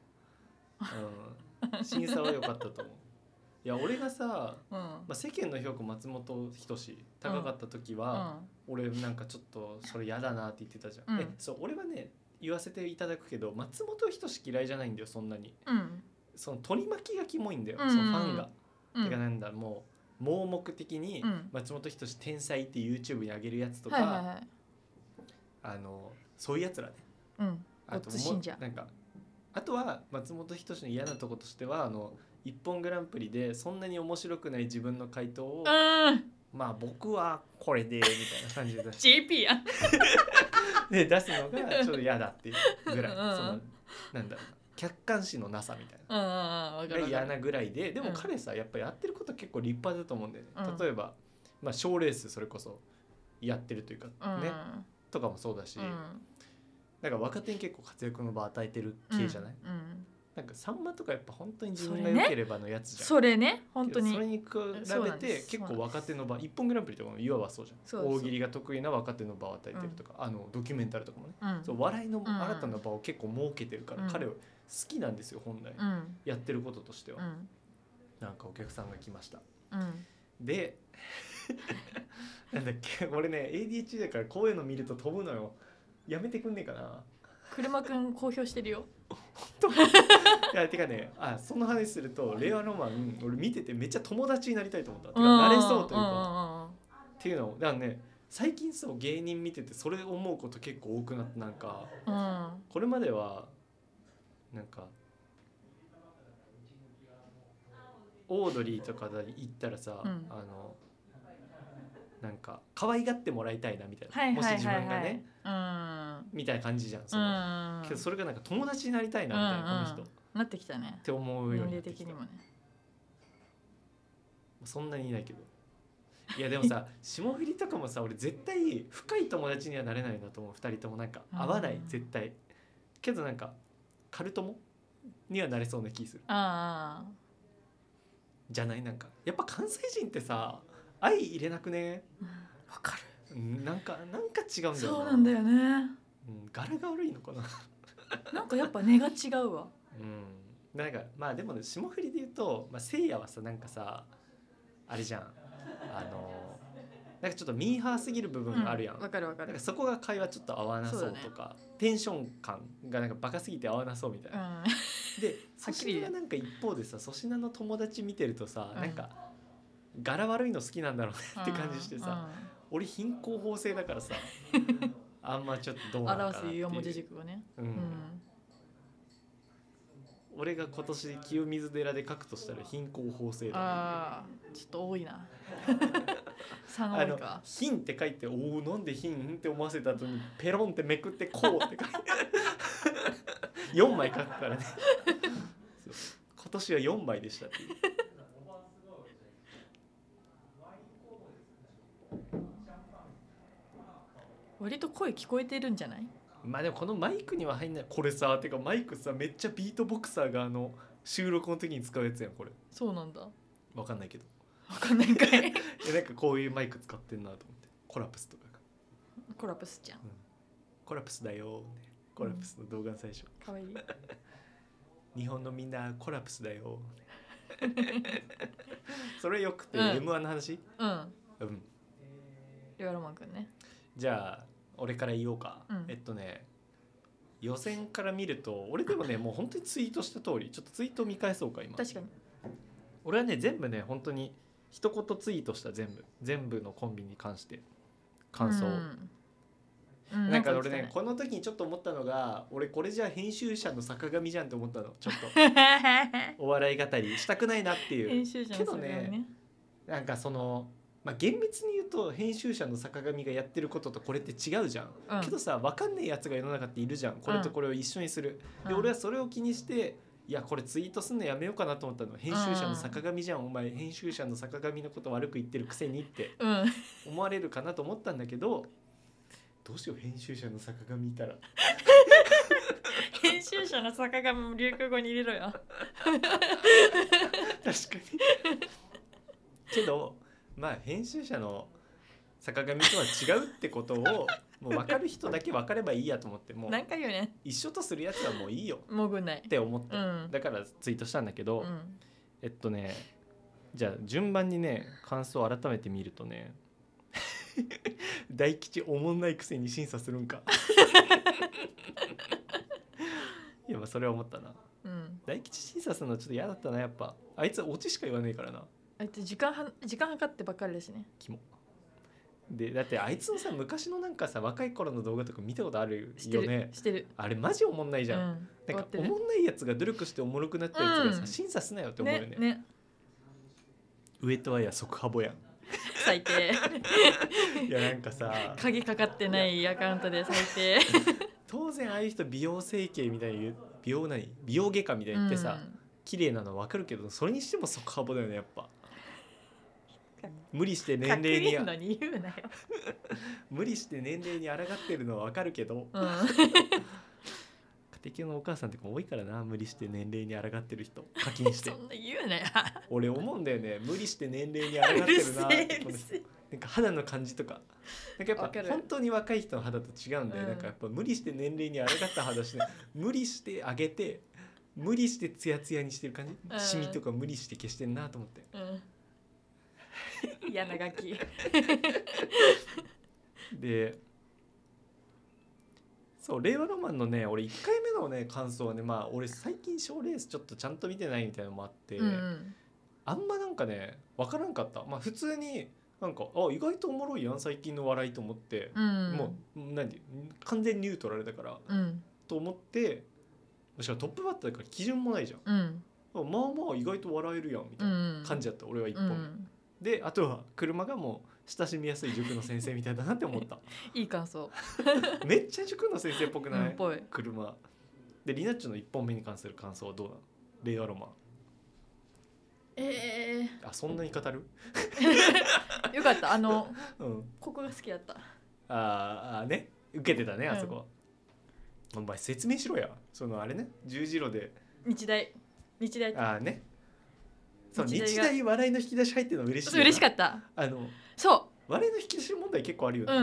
うん、 審査は良かったと思ういや俺がさ、うんまあ、世間の評価松本人志高かった時は、俺なんかちょっとそれ嫌だなって言ってたじゃん、うんえそう俺はね言わせていただくけど松本人志嫌いじゃないんだよそんなにうんうんその取り巻きがキモいんだよ、うんそのファンが、うんてかなんだもう盲目的にうん松本人志天才って YouTube に上げるやつとか、はいはいはいあのそういうやつらねうんあごとっつも信う者なんかあとは松本人志の嫌なとことしてはあの「一本グランプリ」でそんなに面白くない自分の回答を「うんまあ僕はこれで」みたいな感じで出し JP やんで出すのがちょっと嫌だっていうぐらいうそんうんのなんだろうな客観視のなさみたいな。うんうんうんわかるがわ嫌かるなぐらいででうもん彼さやっぱやってること結構立派だと思うんだよね、うん例えばまあ賞レースそれこそやってるというかうんね、とかもそうだし、うんなんか若手に結構活躍の場与えてる系じゃない、うんうんなんかさんまとかやっぱ本当に自分そがれね良ければのやつじゃんそれね本け当どそれにに比そうべなんでてす結構若手の場一本グランプリとかもいわばそうじゃそんうそう大喜利が得意な若手の場を与えてるとか、あのドキュメンタルとかもね、うんそう笑いのん新たな場を結構設けてるから、うん彼は好きなんですよ本来、うんやってることとしては、うんなんかお客さんが来ましたうんでなんだっけ俺ね ADHD だからこういうの見ると飛ぶのよやめてくんねえかな車くん公表してるよいやてかねあその話すると「令和ロマン」俺見ててめっちゃ友達になりたいと思ったてかんなれそうというかんっていうのをだからね最近そう芸人見ててそれ思うこと結構多くなってなんかうんうんうんこれまではなんかオードリーとかで行ったらさ、うんあのなんか可愛がってもらいたいなみたいな、はいはいもし自はい分がはねいうんみたいな感じじゃんその、うんけどそれがなんか友達になりたいなみたいな、うんうんこの人っなってきたねて思う年ようにな齢ってき的たにもねそんなにいないけどいやでも さ霜降りとかもさ俺絶対深い友達にはなれないなと思う2人ともなんか合わなういん絶対けどなんかカルトモにはなれそうな気するああじゃないなんかやっぱ関西人ってさ愛入れなくねわかうんなんかなんか違うんだよそうなんだよねうん、柄が悪いのかななんかやっぱ根が違うわうん、なんかまあでもね霜降りで言うと、まあ、せいやはさなんかさあれじゃんあのなんかちょっとミーハーすぎる部分があるやん、うわかるわかなんるかそこが会 話ちょっと合わなそうとかテンション感がなんかバカすぎて合わなそうみたいうな、んでは粗っきり品がなんか一方でさ粗品の友達見てるとさ、うんなんか柄悪いの好きなんだろうねって感じしてさ、俺貧困法制だからさあんまちょっとどううんなのかなっ表てすいう四文字熟語ねううんん俺が今年清水寺で書くとしたら貧困法制だああちょっと多いな 差の多あいの「か貧」って書いて「おおなんで貧?」って思わせた後にペロンってめくって「こう」 って書いて4枚書くからねそう今年は4枚でしたっていう割と声聞こえてるんじゃないまあでもこのマイクには入んないこれさてかマイクさめっちゃビートボクサーがあの収録の時に使うやつやんこれそうなんだわわかんないけどかんないん かいえなんかこういうマイク使ってんなと思ってコラプスとかがコラプスちゃんコラプスだよーってコラプスの動画の最初かわいい日本のみんなコラプスだよそれよくて、うん m 1の話うんうんリオロマンくんねじゃあ俺から言おうか、うんえっとね予選から見ると俺でも ねもう本当にツイートした通りちょっとツイート見返そうか今確かに俺はね全部ね本当に一言ツイートした全部全部のコンビに関して感想、うんうなんか俺言ねってこの時にちょっと思ったのが俺これじゃ編集者の坂上じゃんって思ったのちょっとお笑い語りしたくないなってたいうね編集者のそれをけどねなんかその、まあ、厳密に言うと編集者の坂上がやってることとこれって違うじゃん、うんけどさ分かんないやつが世の中っているじゃんこれとこれを一緒にする、で俺はそれを気にしていやこれツイートすんのやめようかなと思ったの編集者の坂上じゃん、お前編集者の坂上のこと悪く言ってるくせにってうん思われるかなと思ったんだけどどうしよう編集者の坂上いたら編集者の坂上も流行語に入れろよ確かにけどまあ編集者の坂上とは違うってこと をもう分かる人だけ分かればいいやと思ってもう何回言うね一緒とするやつはもういいよもぐないって思って、うんだからツイートしたんだけど、うんえっとねじゃあ順番にね感想を改めて見るとね 大吉おもんないくせに審査するん かいやまあそれは思ったなうん大吉審査するのちょっと嫌だったなやっぱあいつオチしか言わねえからなあいつ時間は時間計ってばっかりですねキモでだってあいつのさ昔のなんかさ若い頃の動画とか見たことあるしてよる、ねしてるあれマジおもんないじゃん、うんなんか終おわもっんないやつが努力しておもろくなったやつがさ、うん審査すなよってて思うよるねねね上戸彩即ハボや ん最低いやなんかさ鍵かかってないアカウントで最低当然ああいう人美容整形みたいに言う美容何美容外科みたいに言ってさ、うん綺麗なの分かるけどそれにしても即ハボだよねやっぱ無理して年隠齢れにんのに言うなよ、無理して年齢に抗ってるのは分かるけどうん、家庭教のお母さんとか多いからな無理して年齢に抗ってる人課金して そんな言うなよ俺思うんだよね無理して年齢に抗ってうるるせなっえてうこるの人せえなんか肌の感じとかなんかやわっかぱる本当に若い人の肌と違うんだよ、うんなんかやっぱ無理して年齢に抗った肌して無理して上げて無理してツヤツヤにしてる感じ、うんシミとか無理して消してんなと思ってうん嫌なガキでそう令和ロマンのね俺1回目のね感想はねまあ俺最近賞レースちょっとちゃんと見てないみたいなのもあって、うんあんまなんかね分からんかったまあ普通になんかあ意外とおもろいやん最近の笑いと思って、うんもう何完全ニュートラルだからうんと思ってしかもトップバッターだから基準もないじゃんうんあまあまあ意外と笑えるやんみたういなん感じだった俺は一う本、んであとは車がもう親しみやすい塾の先生みたいだなって思った いい感想めっちゃ塾の先生っぽくうなんい、っぽい車でリナッチョの1本目に関する感想はどうなの令和ロマンえあそんなに語るー、 よかったあのうんここが好きだったあーあーね受けてたねあそこ、お前説明しろやそのあれね十字路で日大日大ああねそう日大が日大笑いの引き出し入ってるの嬉しいそう嬉しかっったあのそ笑いの引き出し問題結構あるよううね,、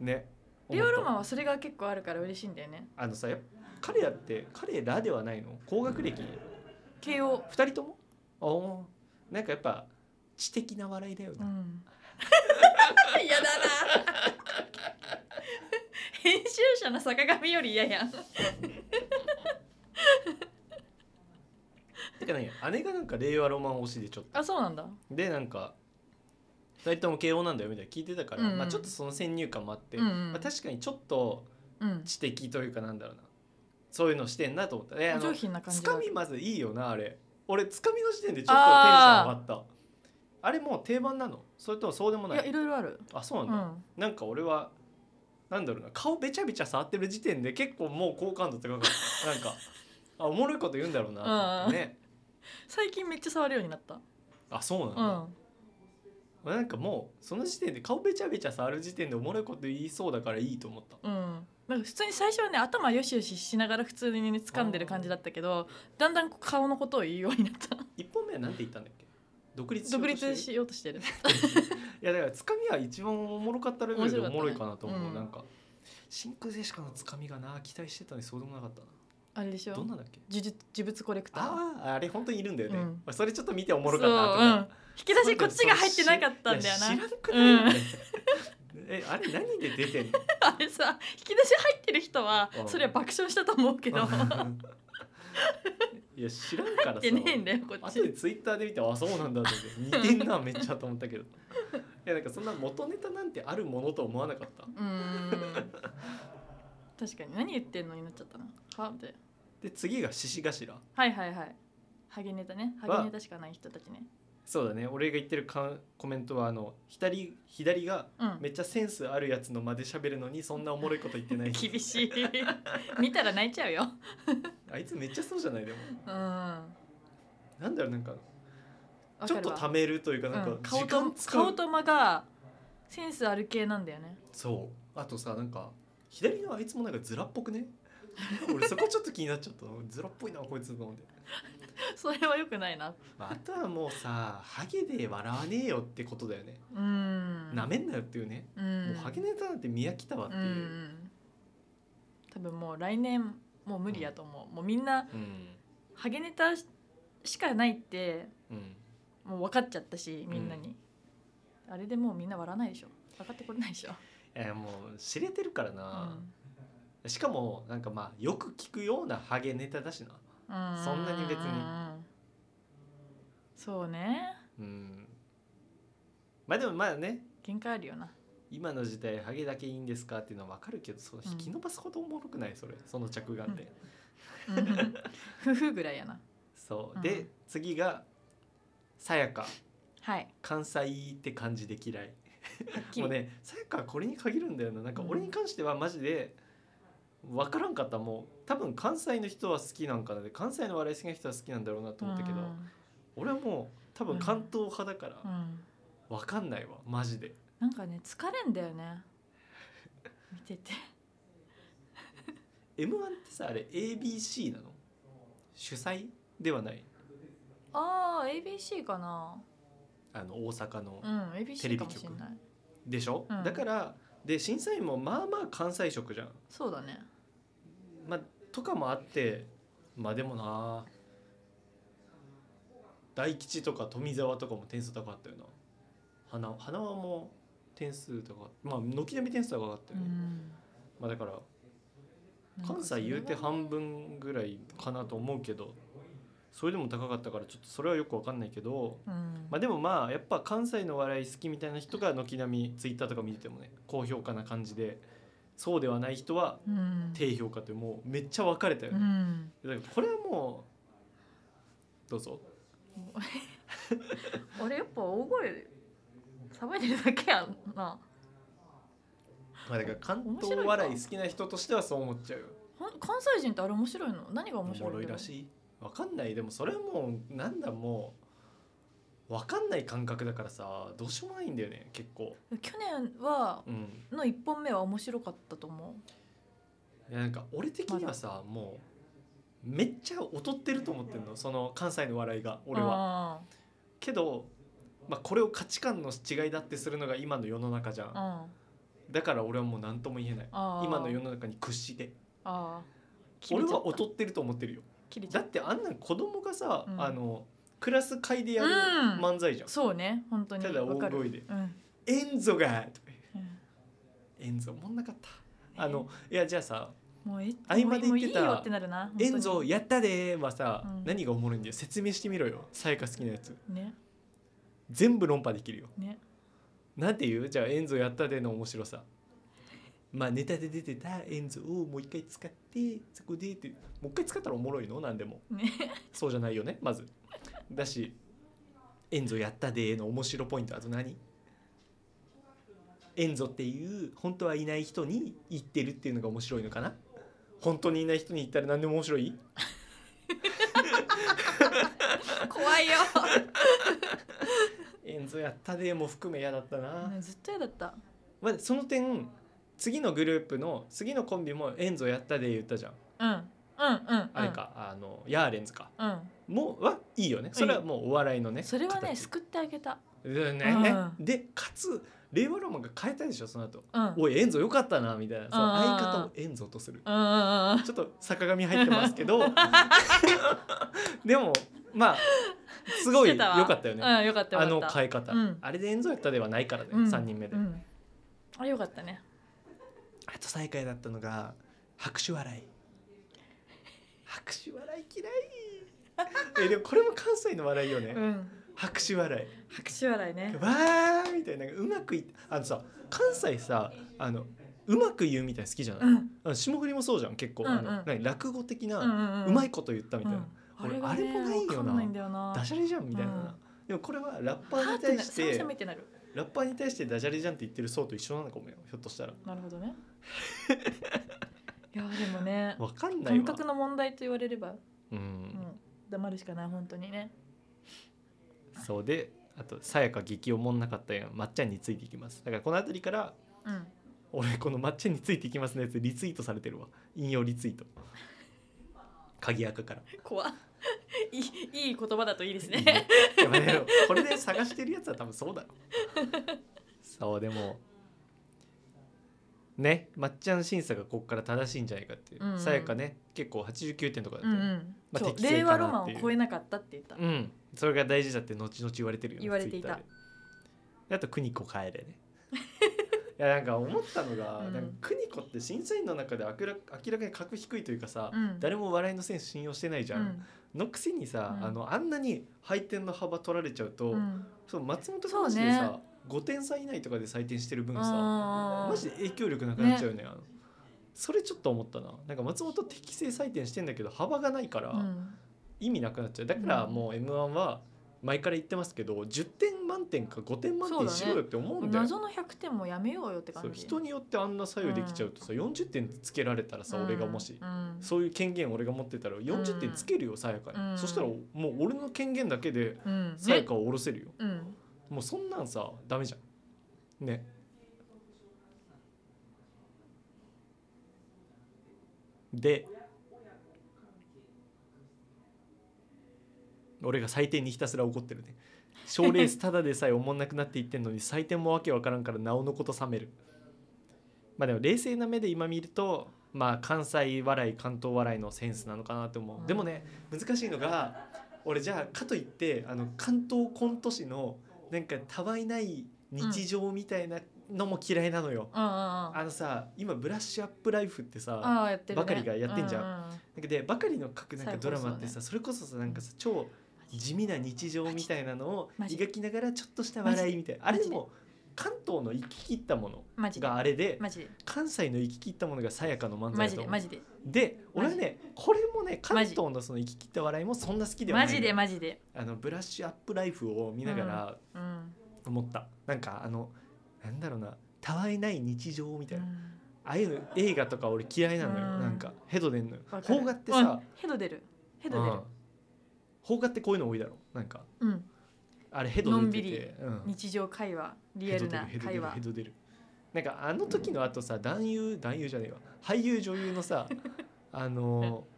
んねリオロマンンはそれが結構あるから嬉しいんだよねあのさやっぱ彼らって彼らではないの高学歴慶応二人ともあおーなんかやっぱ知的な笑いだような、 ん嫌だな 編集者の坂上より嫌やんてかね姉がなんか令和ロマン推しでちょっとあそうなんだでなんか二人とも慶応なんだよみたいな聞いてたから、うんうんまあ、ちょっとその先入観もあって、うんうんまあ、確かにちょっとうん知的というかなんだろうなそういうのしてんなと思ったねあお上の品な感じつがかあるみまずいいよなあれ俺つかみの時点でちょっとテンション上がったあれもう定番なのそれともそうでもいなやいいろいろあるあそううなんだ、んなんか俺はなんだろうな顔べちゃべちゃ触ってる時点で結構もう好感度高か ったなんかあおもろいこと言うんだろうなと思ってね、最近めっちゃ触るようになったあそうなんうだ、んなんかもうその時点で顔べちゃべちゃ触る時点でおもろいこと言いそうだからいいと思ったうん、なんか普通に最初はね頭よしよししながら普通にね掴んでる感じだったけどだんだんこう顔のことを言うようになった一本目はなんて言ったんだっけ独立しようと独してる立しようとしてるいやだからつかみは一番おもろかったレベルでおもろいかなと思う、面白かったねうんなんか真空ジェシカのつかみがな期待してたのにそうでもなかったなあれでしょどん呪なだっけ術呪物コレクターあああれ本当にいるんだよね、うんまあそれちょっと見ておもそろう、かったなとか、うん、引き出しこっちが入ってなかったんだよいや知ならんくない、 うんえあれ何で出て んのあれさ引き出し入ってる人はうんそれは爆笑したと思うけど入いや知らんからさってねえんだよこっ後でちツイッターで見てあそうなんだと思って似てんなめっちゃと思ったけどいやなんかそんな元ネタなんてあるものと思わなかったうーん確かに何言ってんのになっちゃったなはみたいなで次が獅子頭はいはいはいハゲネタねハゲネタしかない人たちねそうだね俺が言ってるかコメントはあの左左がうんめっちゃセンスあるやつの間で喋るのにそんなおもろいこと言っ てない厳しい見たら泣いちゃうよあいつめっちゃそうじゃないでもうんわなんだろうなんかかちょっるとわためるというかなんうんか顔時と間使う、顔と間がセンスある系なんだよねそうあとさなんか左のあいつもなんかズラっぽくね俺そこちょっと気になっちゃったズラっぽいなこいつと思って、それは良くないなまあ、あとはもうさハゲで笑わねえよってことだよねうんな、めんなよっていうね、うん、もうハゲネタなんて見飽きたわってういんうう、ん多分もう来年もう無理やと思うもうみんなうんハゲネタしかないってうんもう分かっちゃったしみんなに、あれでもうみんな笑わないでしょ分かってこれないでしょ、えーもう知れてるからうな、んしかもなんかまあよく聞くようなハゲネタだしなうん、そんなに別にうんそうねうんまあでもまあね限界あるよな今の時代ハゲだけいいんですかっていうのは分かるけどそのうん引き伸ばすほどおもろくないそれその着眼点、うん夫婦ぐらいやなそううんで次がさやかはい関西って感じで嫌いはっきりもうねさやかはこれに限るんだよななんか俺に関してはマジで分からんかったもう多分関西の人は好きなんかなで関西の笑い好きな人は好きなんだろうなと思ったけど、俺はもう多分関東派だからうん、うん分かんないわマジでなんかね疲れんだよね見てて M1 ってさあれ ABC なの主催ではないああ ABC かなあの大阪の、うんテ ABC レかビもし局れないでしょ、うんだからで審査員もまあまあ関西色じゃん、そうだねまあ、とかもあってまあでもな大吉とか富澤とかも点数高かったよな花花輪も点数高かったまあ軒並み点数高かったよね、まあだから関西言うて半分ぐらいかなと思うけどそれでも高かったからちょっとそれはよくわかんないけどうんまあでもまあやっぱ関西の笑い好きみたいな人が軒並みツイッターとか見ててもね高評価な感じでそうではない人はうん低評価ってもうめっちゃ分かれたようね、んだからこれはもうどうぞ俺やっぱ大声で騒いでるだけやんなまあだから関東面白いか笑い好きな人としてはそう思っちゃうよほん関西人ってあれ面白いの何がお面白もいろいらしい分かんないでもそれはもうなんだもう分かんない感覚だからさどうしようもないんだよね結構い去年はうんの一本目は面白かったと思いやなんか俺的にはさもうめっちゃ劣ってると思ってんのその関西の笑いがう俺ははけど、まあ、これを価値観の違いだってするのが今の世の中じゃんうんだから俺はもう何とも言えないあー今の世の中に屈してあー俺は劣ってると思ってるよ切れちゃだっってあんなの子供がさ、うんあのクラス会でやるうん漫才じゃたん、そうね本当にただわか大る声でうん「エンゾが!」とかうん言うエンゾもんなかったあのいやじゃあさもうえ合間で言ってたもういいよってなるな「エンゾ本やったで!」はさ、うん何がおもろいんだよ説明してみろよさやか好きなやつ当にね全部論破できるよねなんて言うじゃあ「エンゾやったで!」の面白さまあネタで出てたエンゾをもう一回使ってそこでってもう一回使ったらおもろいのなんでもねそうじゃないよねまずだし「エンゾやったで」の面白ポイントあと何エンゾっていう本当はいない人に言ってるっていうのが面白いのかな本当にいない人に言ったら何でも面白い怖いよエンゾやったでも含め嫌だったな、ねずっと嫌だったまあ、その点次のグループの次のコンビもエンゾやったで言ったじゃんうんうんうんあれか、あのヤーレンズかうんもうはいいよねそれはもうお笑いのねそれはね形救ってあげたでねうでかつ令和ロマンが変えたでしょその後うんうんうんおいエンゾよかったなみたいなそのうん相方をエンゾとするうんうんちょっと坂上入ってますけど でもまあすごいして良たわかったよね、うんよかったよあかのった変え方、うんあれでエンゾやったではないからね、うん3人目で、うんあれよかったねあと最下位だったのが拍手笑い拍手笑い 嫌いえでもこれも関西の笑いよね、うん拍手笑い拍手笑いねわーみたいななんかうまくいっあのさ関西さあのうまく言うみたいなの好きじゃない、うんうんあの霜降りもそうじゃん結構、あうんうのん何落語的な、ううんうんまいこと言ったみたいな、うん俺あれがねあれもないよなわかんないんだよなダジャレじゃんみたいな、でもこれはラッパーに対しはーってなて寒々ってなるラッパーに対してダジャレじゃんって言ってる層と一緒なのかもよひょっとしたらなるほど ねいやでもねわかんない感わ覚の問題と言われれば、うんうん、黙るしかない本当にねそうであとさやか激おもんなかったやんまっちゃんについていきますだからこの辺りからうん俺このまっちゃんについていきますのやつリツイートされてるわ引用リツイート鍵垢から怖 いいいい言葉だといいですいいね ねやっぱねこれで探してるやつは多分そうだろうそうでもねまっちゃん審査がここから正しいんじゃないかっていううんうんさやかね結構89点とかだっうたんうよねん、まあそう適正令かな和ロっマンてをいう超えなかったって言った、うん、それが大事だって後々言われてるよね言われていた Twitter でであと邦子帰れねいやなんか思ったのが、うんなんか邦子って審査員の中で明ら明らかに格低いというかさ、うん誰も笑いのセンス信用してないじゃん、のくせにさ、うんあのあんなに配点の幅取られちゃうと、うんうんその松本そう君ねでさ、5点差以内とかで採点してる分さ、うんマジで影響力なくなっちゃうねあのそれちょっと思ったななんか松本適正採点してんだけど幅がないから、うん意味なくなっちゃうだからうんもう m 1は前から言ってますけど10点満点か5点満そう点だねしろよって思うんだよ。謎の100点もやめようよってそ感うじ人によってあんな左右できちゃうとさ、40点つけられたらさ、うん俺がもし、うんそういう権限俺が持ってたら40点つけるよさやかに、うんそしたらもう俺の権限だけでうんねさやかを下ろせるよ、うんもうそんなんさダメじゃんねで俺が採点にひたすら怒ってるね賞レースただでさえおもんなくなっていってんのに採点もわけわからんからなおのこと冷めるまあでも冷静な目で今見るとまあ関西笑い関東笑いのセンスなのかなって思うでもね難しいのが俺じゃあかといってあの関東コント師のなんかたわいない日常みたいなのも嫌いなのよ、うんうんうんあのさ今ブラッシュアップライフってさああやってるねばかりがやってんじゃんんうんなんかでばかりの書くなんか再放ド送ラマってさ、ねそれこそさなんかさ超地味な日常みたいなのをマジ描きながらちょっとした笑いみたいなあれマでジでも関東の行き切ったものマジでがあれでマジで関西の行き切ったものがさやかの漫マ才ジだとで思うマジでで俺はねこれもね関マジ東のその行き切った笑いもそんな好きではなマいのジよでマジであのブラッシュアップライフを見ながらうん思った、なんかあのなんだろうなたわいない日常みたういな、あんあいうの映画とか俺嫌いなのよ、うんなんかヘド出んのよわかる邦画ってさ、うんヘド出るヘうドん出る邦画ってこういうの多いだろなんかうんあれヘド出てのんびてり、うん、日常会話リヘアドル出るなヘド出会る話ヘド出るなんかあの時のあとさ男優男優じゃねえわ俳優女優の さあの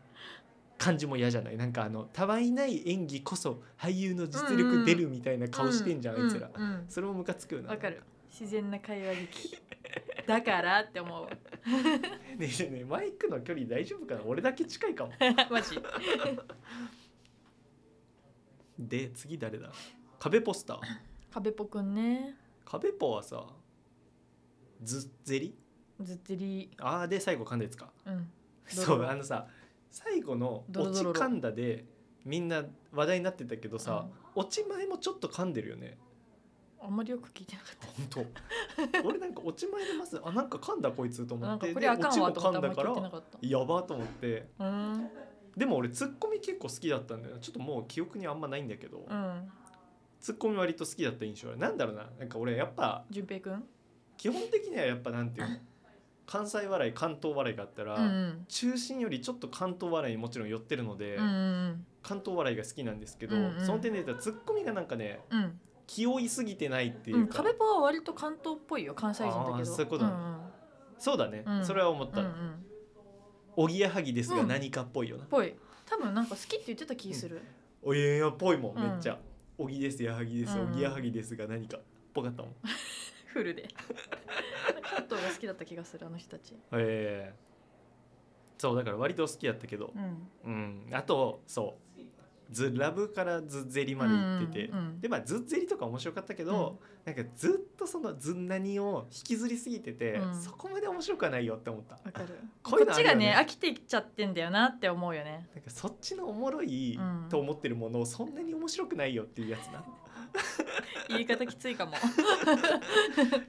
感じも嫌じゃないなんかあのたわいない演技こそ俳優の実力出るみたいな顔してんじゃん、あいつら、うんうんそれもムカつくよなわかる自然な会話劇 だからって思う わねえねえマイクの距離大丈夫かな俺だけ近いかもマジで次誰だ壁ポスター壁ポくんね壁ポはさずゼリずっちりあーで最後噛んだやつかうんドロそうドロあのさ最後のドロ落ドちロ噛んだでみんな話題になってたけどさ、落ち前もちょっと噛んでるよねあんまりよく聞いてなかっあ本 当俺なんか落ち前でまずあなんか噛んだこいつとた思なんっかてこれあかんわでと落ち思っも噛てあんんだまりか聞いてならかったやばと思ってうんでも俺ツッコミ結構好きだったんだよちょっともう記憶にあんまないんだけど、うんツッコミ割と好きだった印象あるなんだろうななんか俺やっぱ順平くん基本的にはやっぱなん ていうの関西笑い関東笑いがあったら、うんうん中心よりちょっと関東笑いにもちろん寄ってるので、うんうん関東笑いが好きなんですけど、うんうんその点で言ったらツッコミがなんかねうん気負いすぎてないっていうんうか、壁ポは割と関東っぽいよ関西人だあけーどそういうことなそうだね、うんそれは思っうんうた、んうんうんおぎやはぎですがうん何かっぽいよな、ぽい多分なんか好きって言ってた気するおいやいやっぽいもんうめんっちゃ、おぎですやはぎです、うんうんおぎやはぎですが何かっぽかったもんフ ルで関東が好きだった気がするあの人たちえー、そうだから割と好きやったけどうんうんあとそうズラブからズゼリまで行ってて、うんうんでまあズゼリとか面白かったけど、なんかずっとそのズナニを引きずりすぎてて、うんそこまで面白くはないよって思ったわかるここういうのっあるちよがねね飽きてきちゃってんだよなって思うよねなんかそっちのおもろいうんと思ってるものをそんなに面白くないよっていうやつ な、言い方きついかも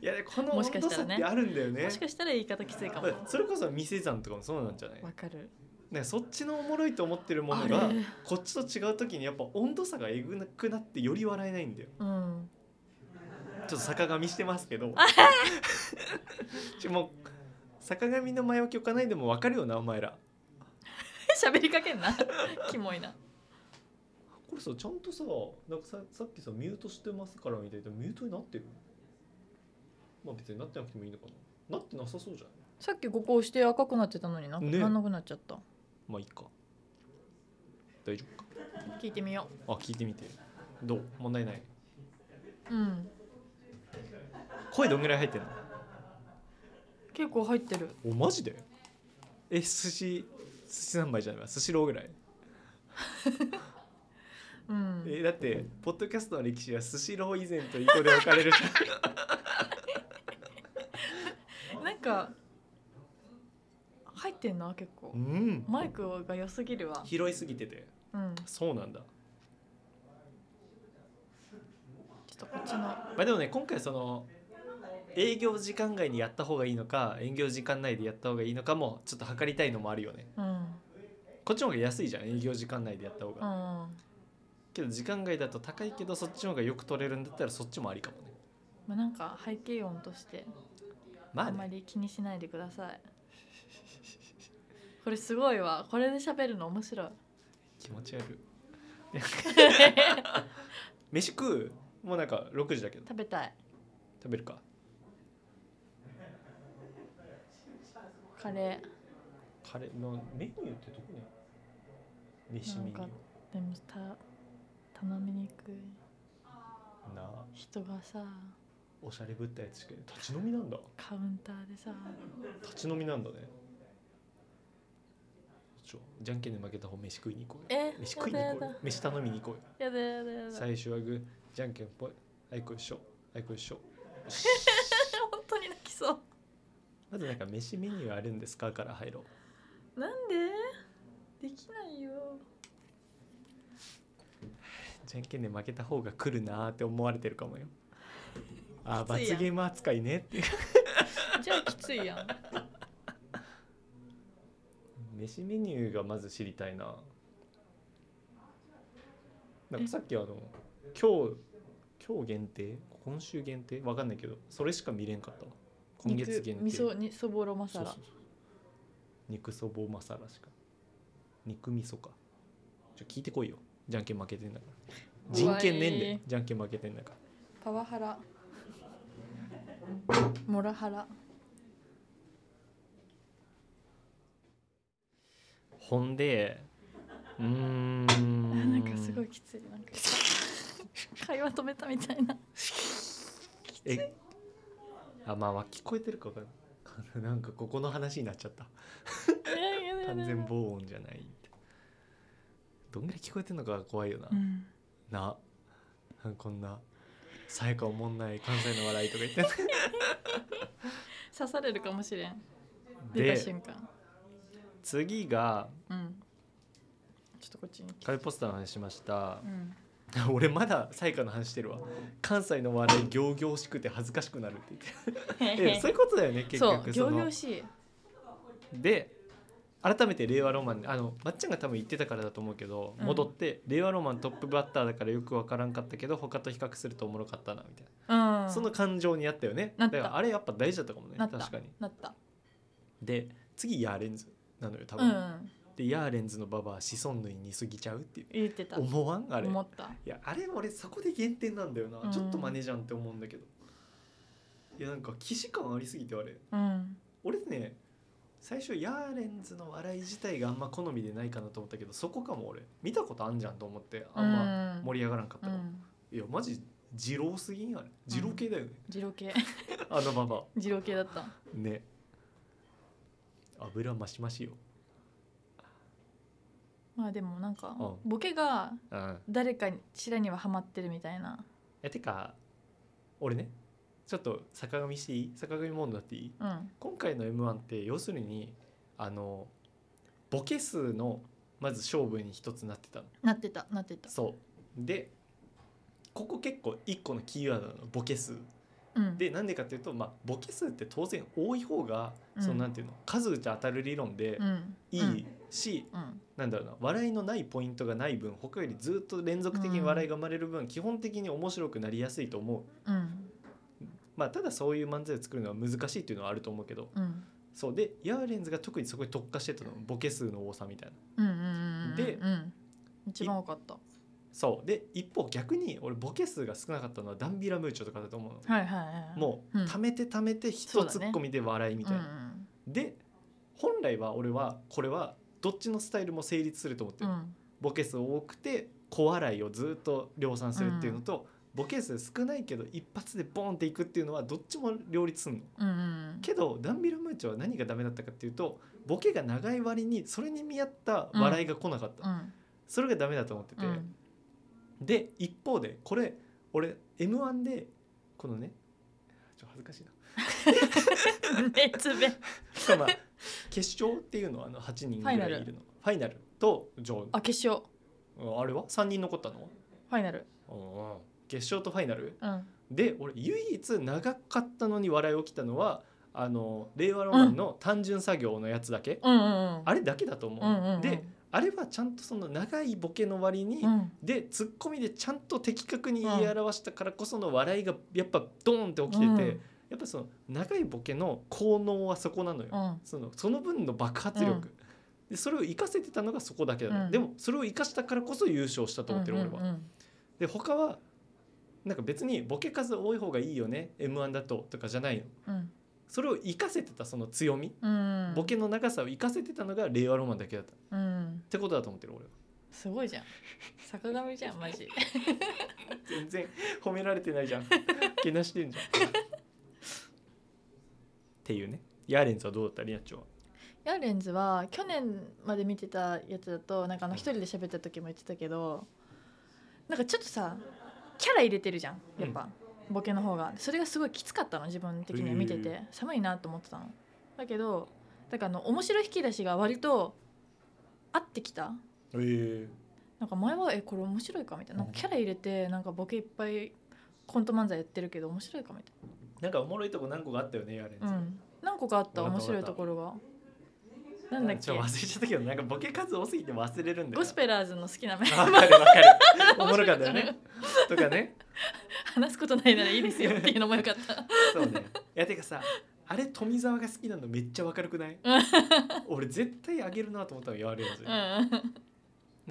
いやこのもし温か度し差たらっねてあるんだよねもしかしたら言い方きついかもまあそれこそ店さんとかもそうなんじゃないわかるねそっちのおもろいと思ってるものあがれこっちと違う時にやっぱ温度差がえぐくなってより笑えないんだようん ちょっと坂上してますけどちょもう坂上の前置き置かないでも分かるよなお前ら喋りかけん なキモいなこれさちゃんとさなんかささっきさミュートしてますからみたいなミュートになってるまあ別になってなくてもいいのかななってなさそうじゃないさっきここ押して赤くなってたのになんかねなんなくなっちゃった、まあいいか大丈夫聞いてみよかあ聞いてみてどう問題ないううん声どんぐらい入ってんの結構入ってるおマジでえ寿司寿司何杯じゃないわ寿司ローぐらい、うんえだってポッドキャストの歴史は寿司ロー以前と以降で分かれるなんか入ってんな結構うんマイクが良すぎるわ拾いすぎててうんちょそうなんだっとこっちのまあでもね今回その営業時間外にやった方がいいのか営業時間内でやった方がいいのかもちょっと測りたいのもあるよねうんこっちの方が安いじゃん営業時間内でやった方うが、んけど時間外だと高いけどそっちの方がよく取れるんだったらそっちもありかもねまあ、なんか背景音としてまああんまねり気にしないでください。これすごいわ。これで喋るの面白い。気持ち 悪い飯食うもうなんか6時だけど食べたい。食べるかカレカレーのメニューってどこにある飯メニューなんかー。でもた頼みにくいなあ人がさ、おしゃれぶったやつしか立ち飲みなんだカウンターでさ、立ち飲みなんだねちょじゃんけんで負けた方飯食いに行こうよえ飯食いに行こうよ飯頼みに行こうよやだやだやだ。最初はグーじゃんけんぽいあいこ一緒あいこ一 緒本当に泣きそう。まずなんか飯メニューあるんですかから入ろうなんで？できないよ。じゃんけんで負けた方が来るなーって思われてるかもよあーきついや罰んゲーム扱いねっていうじゃあきついやん。飯メニューがまず知りたいななんかさっきあの今日今日限定今週限定わかんないけどそれしか見れんかったわ 今月限定肉味噌にそぼろマサラそう。そうそう肉そぼマサラしか肉味噌かちょ聞いてこいよじゃんけん負けてんだから人権ねえん怖でいじゃんけん負けてんだからパワハラ。モラハラ。ほんでうーん なんかすごいきついなんか 会話止めたみたいなえあまあまあ聞こえてるか分かんないなん かここの話になっちゃった完全防音じゃないってどんぐらい聞こえてんのかが怖いよな、うんななんかこんなさやかおもんない関西の笑いとか言って 刺されるかもしれん出たで瞬間次がうんちょっとこっちに来て壁ポスターの話しましたうん俺まださやかの話してるわ関西の笑い仰々しくて恥ずかしくなるって言って えそういうことだよね結そう局そ仰の々しいで改めて令和ロマンあのまっちゃんが多分言ってたからだと思うけどうん戻って、令和ロマントップバッターだからよくわからんかったけど他と比較するとおもろかったなみたいうんな、その感情にあったよねなだったからあれやっぱ大事だったかもねなった確かになったで次ヤーレンズなのよ多う分、んでヤーレンズのババア子孫類に過ぎちゃうっていう言ってた思わんあれ思ったいやあれ俺そこで減点なんだよな、うんちょっとマネじゃんって思うんだけどいやなんか既視感ありすぎてあれうん俺ね最初ヤーレンズの笑い自体があんま好みでないかなと思ったけどそこかも俺見たことあんじゃんと思ってあんまま盛り上がらんかったうから、んいやマジ二郎すぎんあれ二郎系だよね、二郎 系あのババ二郎系だったアね油増し増しよ、まあでもなんかうんボケがうん、誰かしらにはハマってるみたいなえてか俺ねちょっと坂上していい坂上モードだっていいうん今回の m 1って要するにあのボケ数のまず勝負に一つなってたのなってたなってたそうでここ結構一個のキーワードなのボケ数うんでなんでかっていうと、まあ、ボケ数って当然多い方が、うんそのなんていうの数打ち当たる理論でうんいいし、うんなんだろうな笑いのないポイントがない分他よりずっと連続的に笑いが生まれる分、基本的に面白くなりやすいと思ううんまあただそういう漫才を作るのは難しいっていうのはあると思うけどうんそうでヤーレンズが特にそこに特化してたのボケ数の多さみたいなうんうんうんうんでうん一番多かったそうで一方逆に俺ボケ数が少なかったのはダンビラムーチョとかだと思うのはいはいはいはいもうんう溜めて溜めて一そうだツねッコミで笑いみたいな、うんで本来は俺はこれはどっちのスタイルも成立すると思ってうる、んボケ数多くて小笑いをずっと量産するっていうのと、ボケ数少ないけど一発でボーンっていくっていうのはどっちも両立すんのうんうんけどダンビラムーチョは何がダメだったかっていうとボケが長い割にそれに見合った笑いが来なかった、うんそれがダメだと思ってて、うんで一方でこれ俺 m 1でこのねちょ恥ずかしいな熱弁そう まあ決勝っていうのはあの8人ぐらいいファイナルるのファイナルと上あ決勝ああれは3人残ったのファイナルうん決勝とファイナルうんで俺唯一長かったのに笑い起きたのはあの令和ロマンの単純作業のやつだけ、うんうんうんあれだけだと思う、うんうんうんであれはちゃんとその長いボケの割に、うんでツッコミでちゃんと的確に言い表したからこその笑いがやっぱドーンって起きてて、うんやっぱその長いボケの効能はそこなのよ、うんそのその分の爆発力、うんでそれを活かせてたのがそこだけだ、ねうんでもそれを活かしたからこそ優勝したと思ってる俺は、うんうんで他はなんか別にボケ数多い方がいいよね m 1だととかじゃないのうんそれを活かせてたその強み、うんうんボケの長さを活かせてたのが令和ロマンだけだったっうんてことだと思ってる俺はすごいじゃん坂上じゃんマジ全然褒められてないじ ゃんけなしてんじゃんっていうねヤーレンズはどうだったリナッチョはヤーレンズは去年まで見てたやつだとなんかあの一人で喋った時も言ってたけどなんかちょっとさキャラ入れてるじゃんやっぱ、ボケの方がそれがすごいきつかったの自分的には見てて、へえ寒いなと思ってたのだけどだからあの面白引き出しが割と合ってきたえなんか前はえこれ面白いかみたいななんかキャラ入れてなんかボケいっぱいコント漫才やってるけど面白いかみたいなんかおもろいとこ何個かあったよねヤーレンズ、な、うん、何個かあったわか面った白いところがなんだっちけょ忘れちゃったけどなんかボケ数多すぎて忘れるんだよゴスペラーズの好きなメンバーあわかるわかるおもろかったよ ねとかね話すことないならいいですよっていうのもよかった。そうねいやてかさあれ富澤が好きなのめっちゃわかるくない俺絶対あげるなと思ったのヤーレンズ、うんな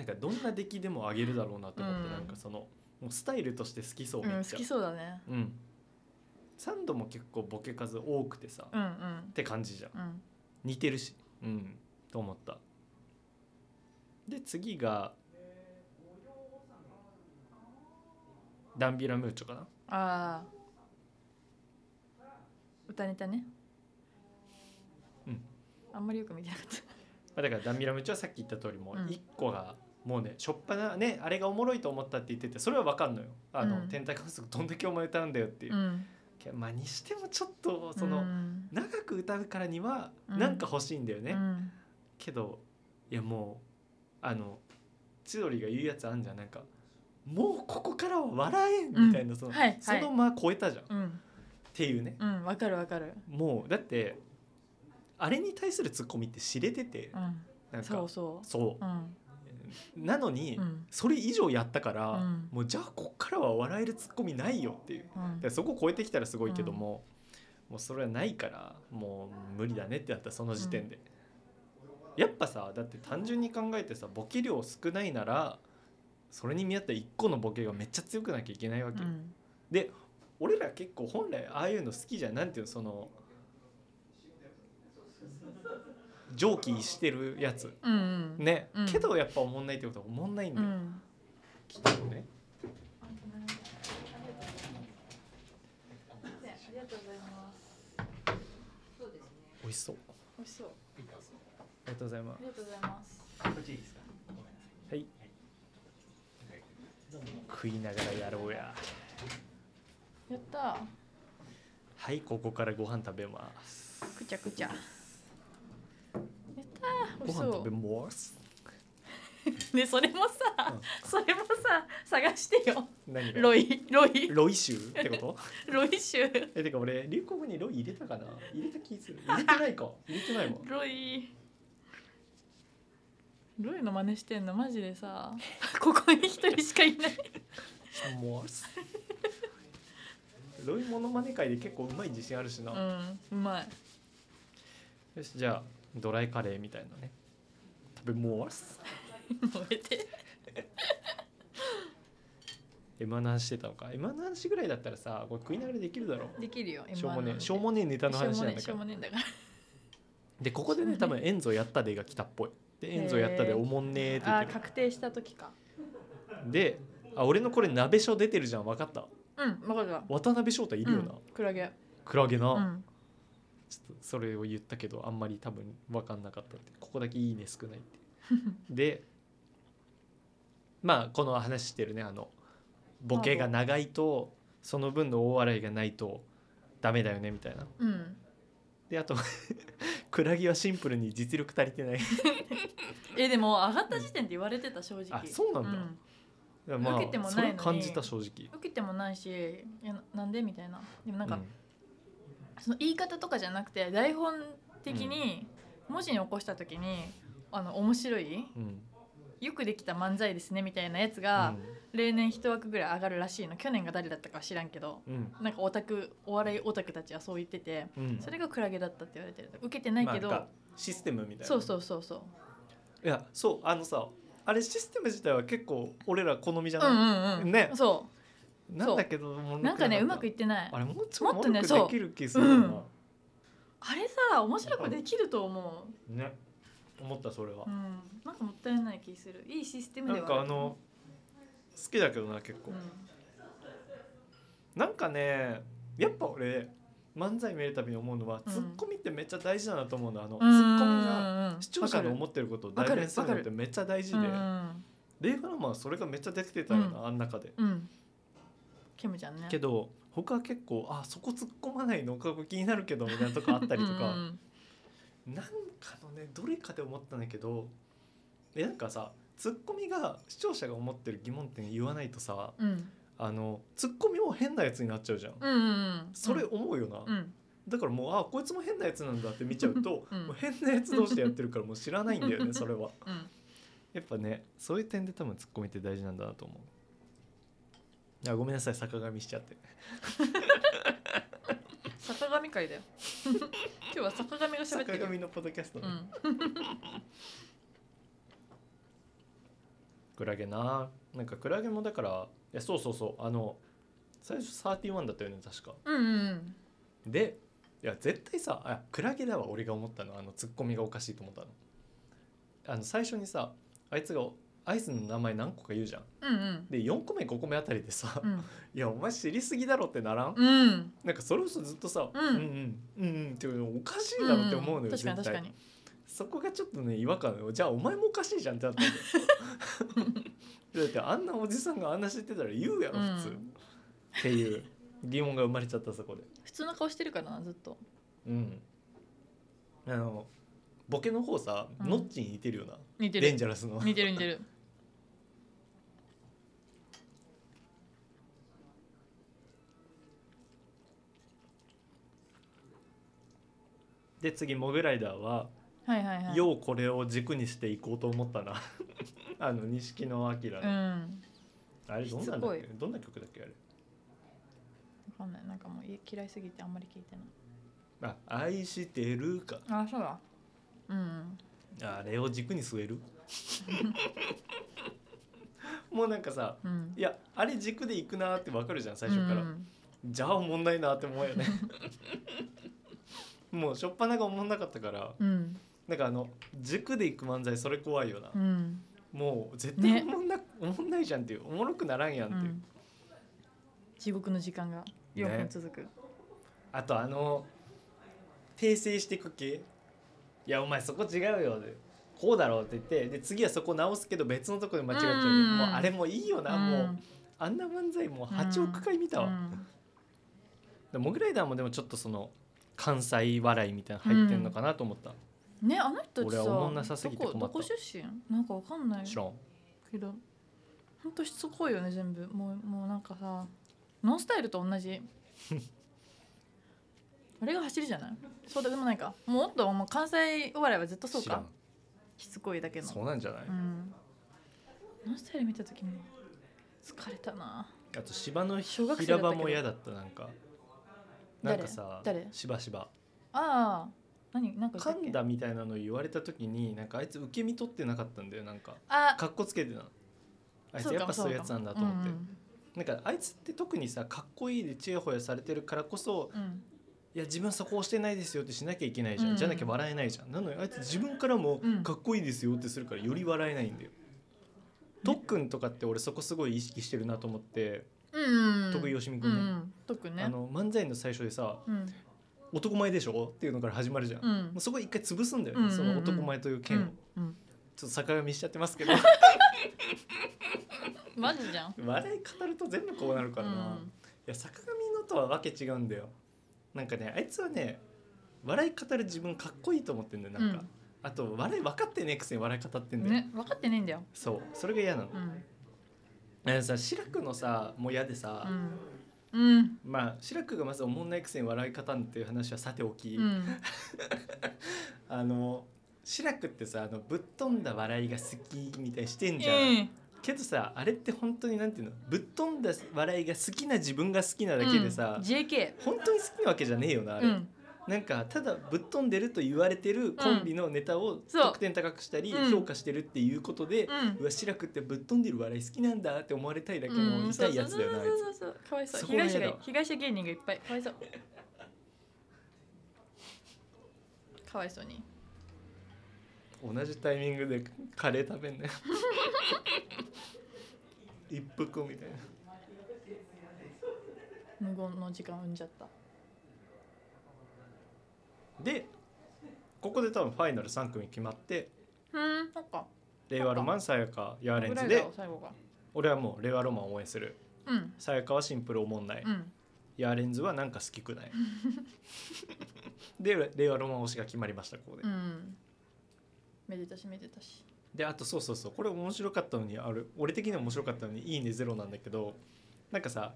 んかどんな出来でもあげるだろうなと思って、うんなんかそのもうスタイルとして好きそううめっん、ちゃ、好きそうだね。うん、サンドも結構ボケ数多くてさ、うっんうんて感じじゃんうん似てるしうんと思ったで次がダンビラムーチョかなああ歌ネタね。あんまりよく見てなかったまあだからダンミラムチはさっき言った通りもううん1個がもうねしょっぱなねあれがおもろいと思ったって言っててそれはわかんのよあの、うん天体観測どんだけお前歌うんだよっていう、うんけどまあにしてもちょっとその、うん長く歌うからにはうんなんか欲しいんだよね、うんけどいやもうあの千鳥が言うやつあんじゃんなんかもうここからは笑えんみたいな、その、はいはいそのまま超えたじゃん、っうんていうねうんわかるわかるもうだってあれに対するツッコミって知れてて、うんなんかそうそそうううんなのに、うんそれ以上やったから、うんもうじゃあこっからは笑えるツッコミないよっていううんでそこ超えてきたらすごいけども、もうそれはないからもう無理だねってなったその時点で、やっぱさだって単純に考えてさボケ量少ないならそれに見合った1個のボケがめっちゃ強くなきゃいけないわけ、うんで俺ら結構本来ああいうの好きじゃんなんていうのその上気してるやつうんうんね、うんけどやっぱおもんないってことはおもんないんうだよ、んきっとねありがとうございます美味しそうあ美味しそうりがとうございますりがとうございますはい食いながらやろうややったはいここからご飯食べますくちゃくちゃやったー美ご味し飯食べますそうねそれもさ、それもさ探してよ何がロイロイロイ州って ことロイ州えてか俺流行語にロイ入れたかな入れた気する入れてないか入れてないもんロイロイの真似してんのマジでさここに一人しかいないモース ロイモノマネ界で結構うまい自信あるしな、うんうまいよしじゃあドライカレーみたいなね食べます燃えて M−1 の話してたのか M−1 の話ぐらいだったらさこれ食いながらできるだろできるよしょうもねえしょうねもねえネタの話なんだしかょうらもねえんだからでここでね多分「エンゾやったで」が来たっぽいで「エンゾやったでへーおもんねえ」って言あっあてーる確定した時かであ俺のこれ鍋所出てるじゃん分かったうん分かるわ渡辺翔太いるよな、うん、クラゲクラゲな、うんちょっとそれを言ったけどあんまり多分分かんなかったってここだけ「いいね」少ないって でまあこの話してるねあのボケが長いとその分の大笑いがないとダメだよねみたいなうんであと クラゲはシンプルに実力足りてないえでも上がった時点で言われてた正直あそうなんだま受けてもあないそのれには感じた正直受けてもないしいやななんでみたいなでもなんか、うんその言い方とかじゃなくて台本的に文字に起こした時に、あの面白いうんよくできた漫才ですねみたいなやつが、例年一枠ぐらい上がるらしいの去年が誰だったかは知らんけどうんうんなんかオタクお笑いオタクたちはそう言っててうんそれがクラゲだったって言われてる受けてないけど、まあなんかシステムみたいなそうそうそうそういやそうあのさあれシステム自体は結構俺ら好みじゃうんうない、んうんねそなんだけどもうなんかねうまくいっってないああれもうちょっもっととねねそうできる気するよな、れさ面白くできると思ね思ったそれはう、う、ん、なんかもったいない気するいいシステムなでんはかあるの好きだけどな結構、なんかねやっぱ俺漫才見るたびに思うのは、うんツッコミってめっちゃ大事だなと思うのあの、うん、ツッコミがうんうんうん視聴者の思わってることを代弁するのってめっちゃ大事かでるうんレイフラマンはそれがめっちゃ出てたよな、うあん中でうんうんケムちゃんねけど他は結構あそこ突っ込まないのか気になるけどみたいなとこあったりとか、うんうんなんかのねどれかで思ったんだけどえなんかさツッコミが視聴者が思ってる疑問点言わないとさうんあのツッコミも変なやつになっちゃうじゃん、うんうんうんそれう思うよな、んだからもうあこいつも変なやつなんだって見ちゃうと、うんもう変なやつ同士でやってるからもう知らないんだようねんそれはうんやっぱねそういう点で多分ツッコミって大事なんだなと思うあごめんなさい坂上しちゃって坂上会 だよ今日は坂上が喋って坂るよ上のポッドキャストね、うんクラゲななんかクラゲもだからいやそうそうそうあの最初31だったよね確かうんうんでいや絶対さあクラゲだわ俺が思ったのあのツッコミがおかしいと思ったのあの最初にさあいつがアイスの名前何個か言うじゃんうんうんで4個目5個目あたりでさ「うんいやお前知りすぎだろ」ってならん、うんなんかそれこそずっとさ「うんうんうんうんうん」っていうのおかしいだろって思うのよ、んん確か絶に確か対にそこがちょっとね違和感じゃあお前もおかしいじゃんってなったんだ よだってあんなおじさんがあんな知ってたら言うやろ普通、うんっていう疑問が生まれちゃったそこで普通の顔してるからなずっとうんあのボケの方さ、うんノッチに似てるよな似てデンるジャラスの似てる似てる で次モグライダーははいは「いはいようこれを軸にしていこうと思ったな」 あの錦野明の、うんあれどんなんしつだっこけいどんな曲だっけあれわかんないなんかもうい嫌いすぎてあんまり聞いてないあ愛してるかあそうだうんあれを軸に据え るもうなんかさうんいやあれ軸でいくなーってわかるじゃん最初から、うんじゃあおもんないなーって思うよね もうしょっぱながおもんなかったからうんなんかあの軸でいく漫才それ怖いよな、うんもう絶対ねおもんな、おもんないじゃんっていうおもろくならんやんっうていう、ん地獄の時間が4分続く、あとあの訂正してく系いやお前そこ違うよでこうだろうって言ってで次はそこ直すけど別のとこで間違っちゃうね、うんもうあれもいいよな、もうあんな漫才もう8億回見たわ、うんでモグライダーもでもちょっとその関西笑いみたいなの入ってんのかなと思った、ねあの人って俺はさおもんなさすぎて困ったどこどこ出身なんかわかんない知らんけどほんとしつこいよね全部もうもうなんかさノンスタイルと 同じあれが走りじゃないそうだでもないかもうもっともう関西お笑いはずっとそう知らかんしつこいだけのそうなんじゃない、うんノンスタイル見た時も疲れたなあと芝の小学生平だった場けども嫌だったなんかな誰んかさ誰芝芝ああ何なんか噛言ったんっけだみたいなの言われた時になんかあいつ受け身取ってなかったんだよなんかあかっこつけてなあいつそうやっぱかもそういうやつなんだと思って、そうかもなんかあいつって特にさかっこいいでちやほやされてるからこそうんうんうんいや自分そこ押してないですよってしなきゃいけないじゃん、うんじゃなきゃ笑えないじゃんなのにあいつ自分からもうんかっこいいですよってするからより笑えないんだよ、とっくんとかって俺そこすごい意識してるなと思って、うんうん、徳井よしみくうんんねうん、徳ねあの漫才の最初でさうん「男前でしょ?」っていうのから始まるじゃん、うもんうそこ一回潰すんだよね、うんうんうんその男前という剣を、うんうん、ちょっと坂上しちゃってますけどマジじゃん笑い語ると全部こうなるからな、ういんや坂上のとはわけ違うんだよなんかねあいつはね笑い語る自分かっこいいと思ってんだよなんか、うんあと笑い分かってねえくせに笑い語ってんだよ、ね分かってないんだよ。そうそれが嫌なの、うん。あのさ志らくのさもう嫌でさ、うん。うん。まあ志らくがまずおもんないくせに笑い方んっていう話はさておき、うん。あの志らくってさあのぶっ飛んだ笑いが好きみたいにしてんじゃん、うんけどさあれって本当になんていうのぶっ飛んだ笑いが好きな自分が好きなだけでさ、うん JK。本当に好きなわけじゃねえよなあうれ、ん。なんかただぶっ飛んでると言われてるコンビのネタをそう得点高くしたりうん評価してるっていうことで、ううん。わ志らくってぶっ飛んでる笑い好きなんだって思われたいだけうのん痛いやつだよなあいそうつそうそうそうそう。かわいそ。そうこ被が害嫌者だが被害者芸人がいっぱい。かわいそう。かわいそうに。同じタイミングでカレー食べ んね一服みたいな無言の時間を生んじゃった。でここで多分ファイナル3組決まってうん。そっか。令和ロマンさやかヤーレンぐらズいだでよ最後が。俺はもう令和ロマンを応援するうん。さやかはシンプルおもんない、うん。ヤーレンズはなんか好きくないで令和ロマン推しが決まりましたここで、うん。めでたしめでたし。であとそうそうそうこれ面白かったのにあれ俺的には面白かったのに「いいねゼロ」なんだけどなんかさ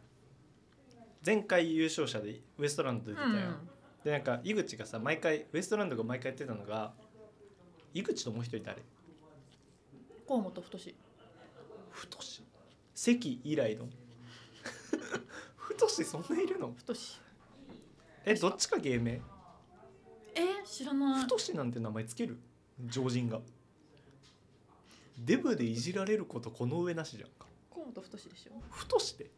前回優勝者でウエストランド出てたよ、うんでなんか井口がさ毎回ウエストランドが毎回やってたのが井口ともう一人誰河本太し。太し関以来の 太しそんないるの太し。えどっちか芸名え知らない。太しなんて名前つける常人がデブでいじられることこの上なしじゃんか河本太しでしょ。太して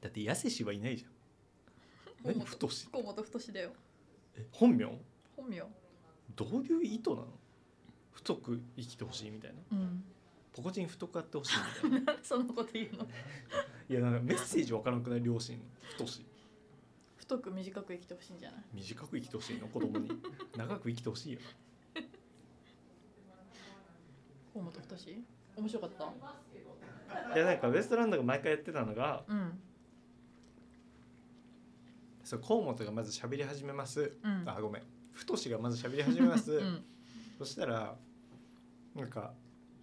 だってやせしはいないじゃん何太し河本太しだよ。え本名本名。どういう意図なの太く生きてほしいみたいなうん。ポコチン太くあってほしいみたいなそんなこと言うの。いやなんかメッセージわからなくない両親の太し太太く短く生きてほしいんじゃない短く生きてほしいの子供に長く生きてほしいよ河本太し面白かったいやなんかウエストランドが毎回やってたのがうんそう河本がまず喋り始めます、うんあごめん太がまず喋り始めます、うんそしたらなんか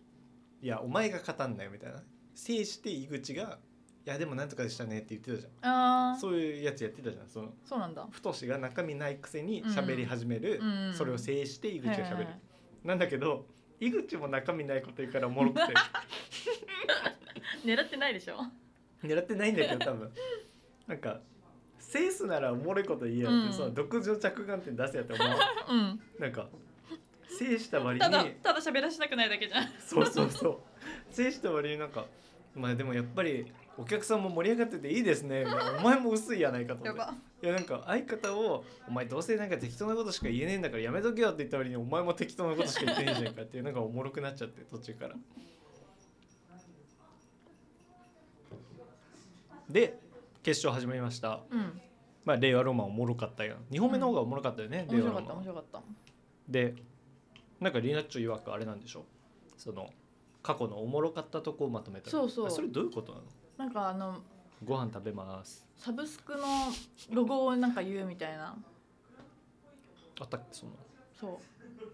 「いやお前が勝たんなよ」みたいな制して井口が「いやでもなんとかでしたね」って言ってたじゃんああそそういうやつやってたじゃんそのうなんだ太が中身ないくせに喋り始める、うんうんそれを制して井口が喋る、はいはいはいなんだけど井口も中身ないこと言うからおもろ くて狙ってないでしょ狙ってないんだけど多分なんか「制すならおもろいこと言えよ」って、うんその独自の着眼点出せやって思ううんなんか制した割ただにただ喋らせたくないだけじゃんそうそうそう制した割になんかまあでもやっぱりお客さんも盛り上がってていいですねみたいなお前も薄いやないかと思やってばいやなんか相方を「お前どうせなんか適当なことしか言えねえんだからやめとけよ」って言った割にお前も適当なことしか言ってねえじゃんかっていうのがおもろくなっちゃって途中から。で決勝始まりました。うんまあ令和ロマンおもろかったよ。2本目の方がおもろかったよね。面令白和かロったマ面ン白かったでなんかリナッチョ曰くあれなんでしょその過去のおもろかったとこをまとめたそうそうあそれどういうことなのなんかあのご飯食べます。サブスクのロゴをなんか言うみたいなあったっけそのそ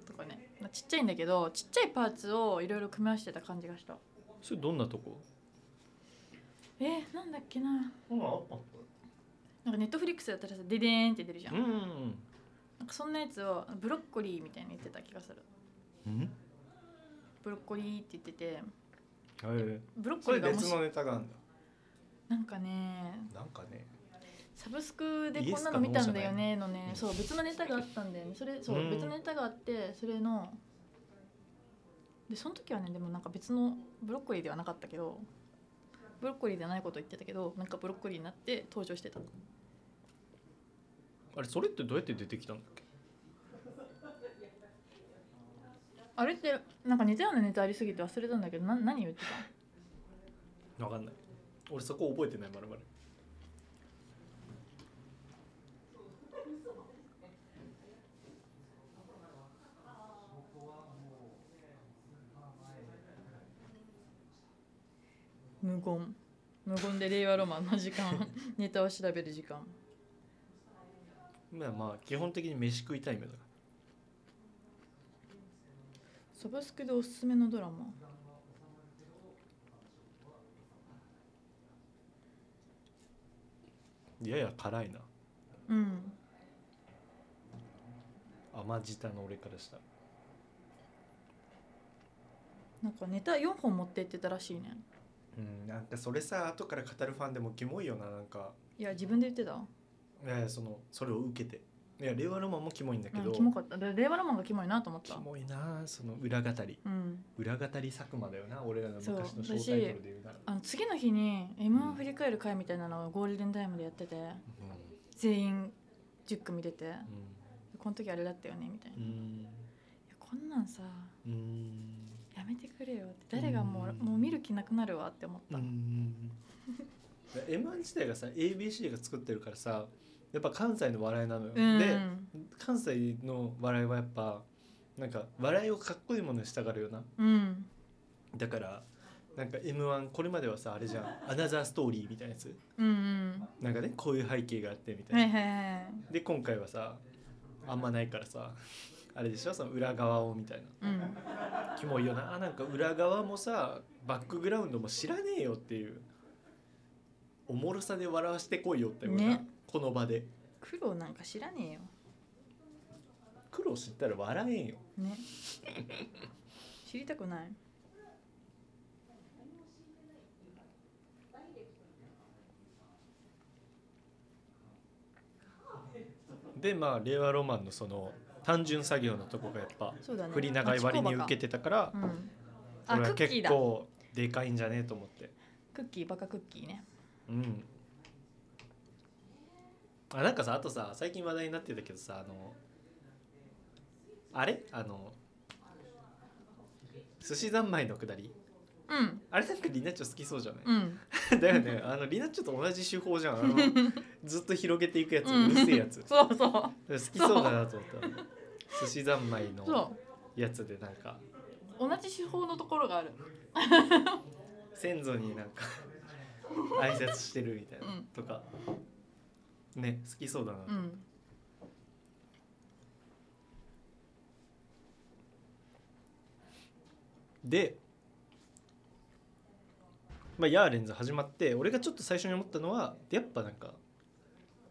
うとかねまあちっちゃいんだけどちっちゃいパーツをいろいろ組み合わせてた感じがしたそれどんなとこえー、なんだっけなうんなんかネットフリックスだったらさデデーンって出るじゃんうんうんなんかそんなやつをブロッコリーみたいに言ってた気がするうんブロッコリーって言っててへえブロッそコリれーが面別白いのネタがあるんだなんかねなんかねサブスクでイエこんスなかのノー見たんじだゃよなねのねうんそう別のネタがあったんだよねそれそううん別のネタがあってそれのでその時はねでもなんか別のブロッコリーではなかったけどブロッコリーじゃないこと言ってたけどなんかブロッコリーになって登場してたあれそれってどうやって出てきたんだっけあれってなんか似たようなネタありすぎて忘れたんだけどな何言ってたわかんない俺そこ覚えてないまるまる無言無言で令和ロマンの時 間ネタを調べる時間まあまあ基本的に飯食いタイムだかサブスクでおすすめのドラマらやや辛いなうん甘舌の俺からしたらなんかネタ4本持ってってたらしいねうんなんかそれさ後から語るファンでもキモいよななんかいや自分で言ってたいやいやそのそれを受けていや令和ロマンもキモいんだけうど、んキモかったで令和ロマンがキモいなと思っキたモいなその裏語りうん裏語り佐久間だよな俺らの昔そのうショータイトルで言うならあの次の日に m 1振り返る会みたいなのをゴールデンタイムでやってて全員10組出てこの時あれだったよねみたいなういんうんやこんなんさうんやめてくれよって誰がもううんもう見る気なくなるわって思った、 M1 自体がさ ABC が作ってるからさやっぱ関西の笑いなのよ、うんで関西の笑いはやっぱなんか笑いをかっこいいものにしたがるよなうんだからなんか m 1これまではさあれじゃん「アナザーストーリー」みたいなやつうんうんなんかねこういう背景があってみたいな、はいはいはいで今回はさあんまないからさあれでしょその裏側をみたいなうんキモいよななんか裏側もさバックグラウンドも知らねえよっていうおもろさで笑わしてこいよって、ね、この場で苦労なんか知らねえよ苦労知ったら笑えんよね知りたくないでまあ令和ロマンのその単純作業のとこがやっぱそうだね振り長い割に受けててたからうんあこれクはッ結キーだ構でかいんじゃねえと思ってクッキーバカクッキーねうんあなんかさあとさ最近話題になってたけどさあのあれあの寿司三昧のくだりうんあれなんかリナッチョ好きそうじゃない、うんだよねあのリナッチョと同じ手法じゃんあ のずっと広げていくやつうんうるせえやつだかそうそうら好きそうだなと思った寿司三昧のそうやつでなんか同じ手法のところがある先祖になん か挨拶してるみたいな、うんとかね好きそうだな、うんで、まあ、ヤーレンズ始まって俺がちょっと最初に思ったのはやっぱなんか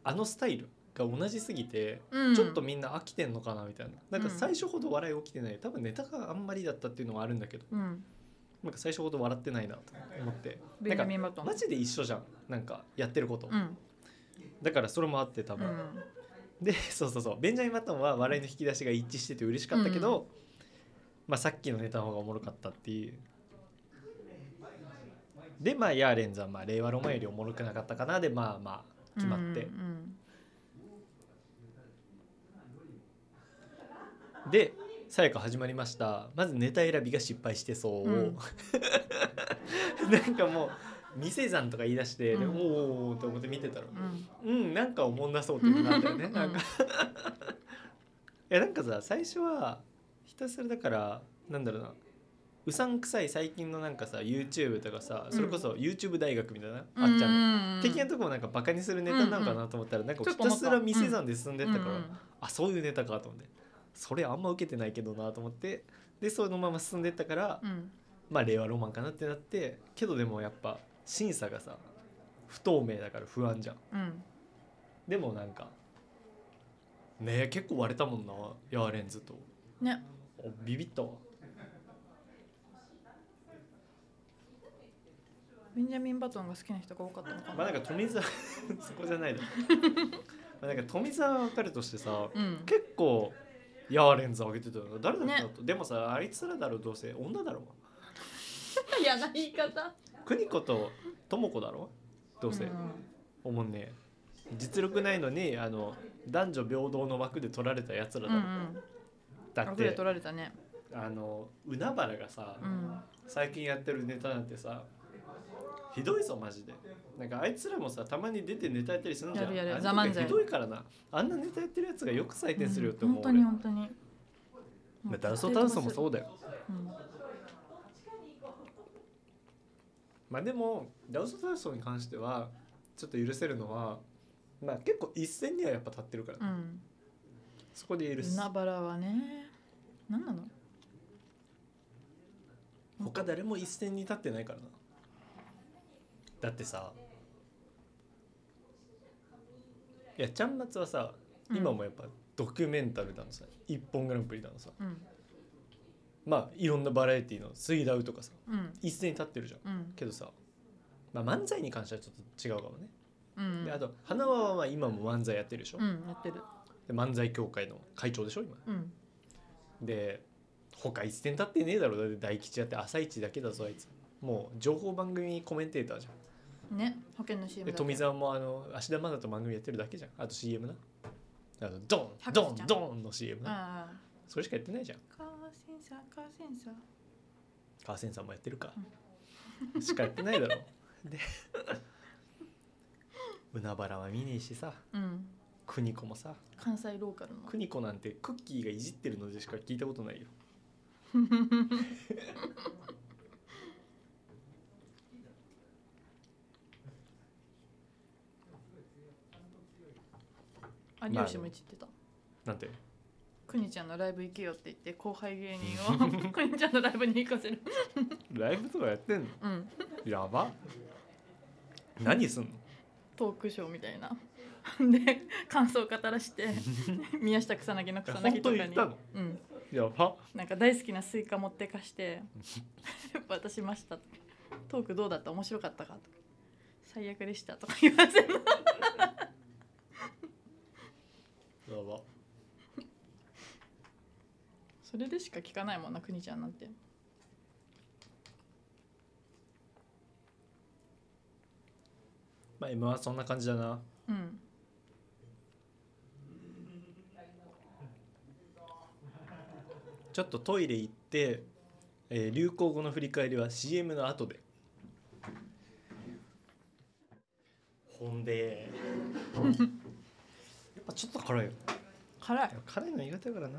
あのスタイルが同じすぎて、うんちょっとみんな飽きてんのかなみたいななんかうん最初ほど笑い起きてない多分ネタがあんまりだったっていうのはあるんだけどうんなんか最初ほど笑ってないなと思ってベなンジャんミかン・バトンマジで一緒じゃんなんかやってること、うんだからそれもあって多う分、んでそうそうそうベンジャミン・バトンは笑いの引き出しが一致してて嬉しかったけど、まあ、さっきのネタの方がおもろかったっていうでまあヤーレンズはまあ令和ロマンよりおもろくなかったかなでまあまあ決まってう、んでさやか始まりましたまずネタ選びが失敗してそう、うん なんかもう店算とか言い出して、でうんおーおーおーって思って見てたらうんうんうんなんかおもんなそうっていうのがあったよね うんなんかいやなんかさ最初はひたすらだからなんだろうなうさんくさい最近のなんかさ YouTube とかさそれこそ YouTube 大学みたいな、あっちゃんの。ん的なとこもなんかバカにするネタなんかなと思ったらなんかちょひっと思たったすら店算で進んでったから、うんうんあそういうネタかと思ってそれあんま受けてないけどなと思ってでそのまま進んでったから、うんまあ令和ロマンかなってなってけどでもやっぱ審査がさ不透明だから不安じゃん。うんでもなんかねえ結構割れたもんなヤーレンズとねおビビったわベンジャミン・バトンが好きな人が多かったのかまなあなんか富澤 そこじゃないだろまあなんか富澤は分かるとしてさうん結構ヤーレンズ上げてたよな誰だったねの、でもさあいつらだろどうせ女だろ嫌な言い方邦子と智子だろどうせ、んおもんねえ実力ないのにあの男女平等の枠で取られたやつらうだろ、んだうんっあふれて取られたねあの海原がさ、うん最近やってるネタなんてさひどいぞマジでなんかあいつらもさたまに出てネタやったりするんじゃんやるやるあんザ漫才ひどいからなあんなネタやってるやつがよく採点するよって思う、本当に本当に俺ダウソダウソもそううだよんまあでもダウソダウソに関してはちょっと許せるのはまあ結構一線にはやっぱ立ってるから、うんそこで許す海原はね何なの他誰も一線に立ってないからなだってさいやちゃんまつはさうん今もやっぱドキュメンタルなのさ「一本グランプリ」なのさうんまあいろんなバラエティの「水ダウ」とかさうん一線に立ってるじゃんうんけどさ、まあ、漫才に関してはちょっと違うかもね、うんであと花輪はまあ今も漫才やってるでしょ、うんやってるで漫才協会の会長でしょ今うんで他一線立ってねえだろだって大吉やって朝一だけだぞあいつもう情報番組コメンテーターじゃんね保険の CM でだけ富澤もあの芦田愛菜と番組やってるだけじゃんあと CM なあのドン百ド瀬ンちゃんドンの CM なああそれしかやってないじゃんカーセンサーカーセンサー川ンさんもやってるかしかやってないだろで海原は見ねえしさうん邦子もさ関西ローカルの邦子なんてクッキーがいじってるのでしか聞いたことないよ有吉も一ってたなんてくにちゃんのライブ行けよって言って後輩芸 人をくにちゃんのライブに行かせるライブとかやってんのうんやば何すんのトークショーみたいなで感想を語らして 宮下草薙の草薙とか本当に行っにたのうん、やばなんか大好きなスイカ持ってかしてやっぱ渡しましたとかトークどうだった面白かったかとか最悪でしたとか言わせるやばそれでしか聞かないもんなくにちゃんなんてまあ M はそんな感じだなうんちょっとトイレ行ってえー流行語の振り返りは CM の後でほんで やっぱちょっと辛いよ辛いいや辛いの苦手だからな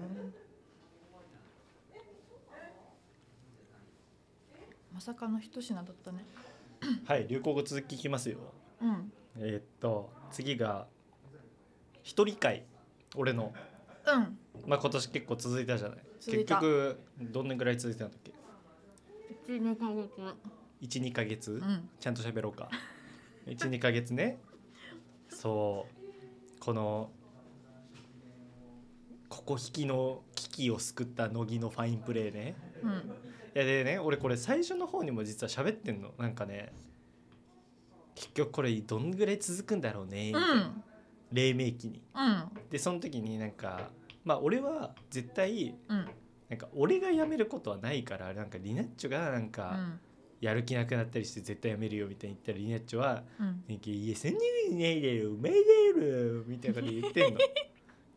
まさかの一品だったねはい流行語続きいきますようんえーっと次が一人会俺のうんまあ今年結構続いたじゃない続い結た局どんぐらい続いたんだっけ12ヶ月12ヶ月、うんちゃんと喋ろ うか12ヶ月ねそうこのここ引きの危機を救った乃木のファインプレーねうんいやでね俺これ最初の方にも実は喋ってんのなんかね結局これどんぐらい続くんだろうねみたういな、ん黎明期にうんでその時になんかまあ俺は絶対うんなんか俺が辞めることはないからなんかリナッチョがなんうかんやる気なくなったりして絶対辞めるよみたいに言ったらリナッチョはうんなんかいや、そんなことないだろ、お前だろ、みたいなこと言って んの。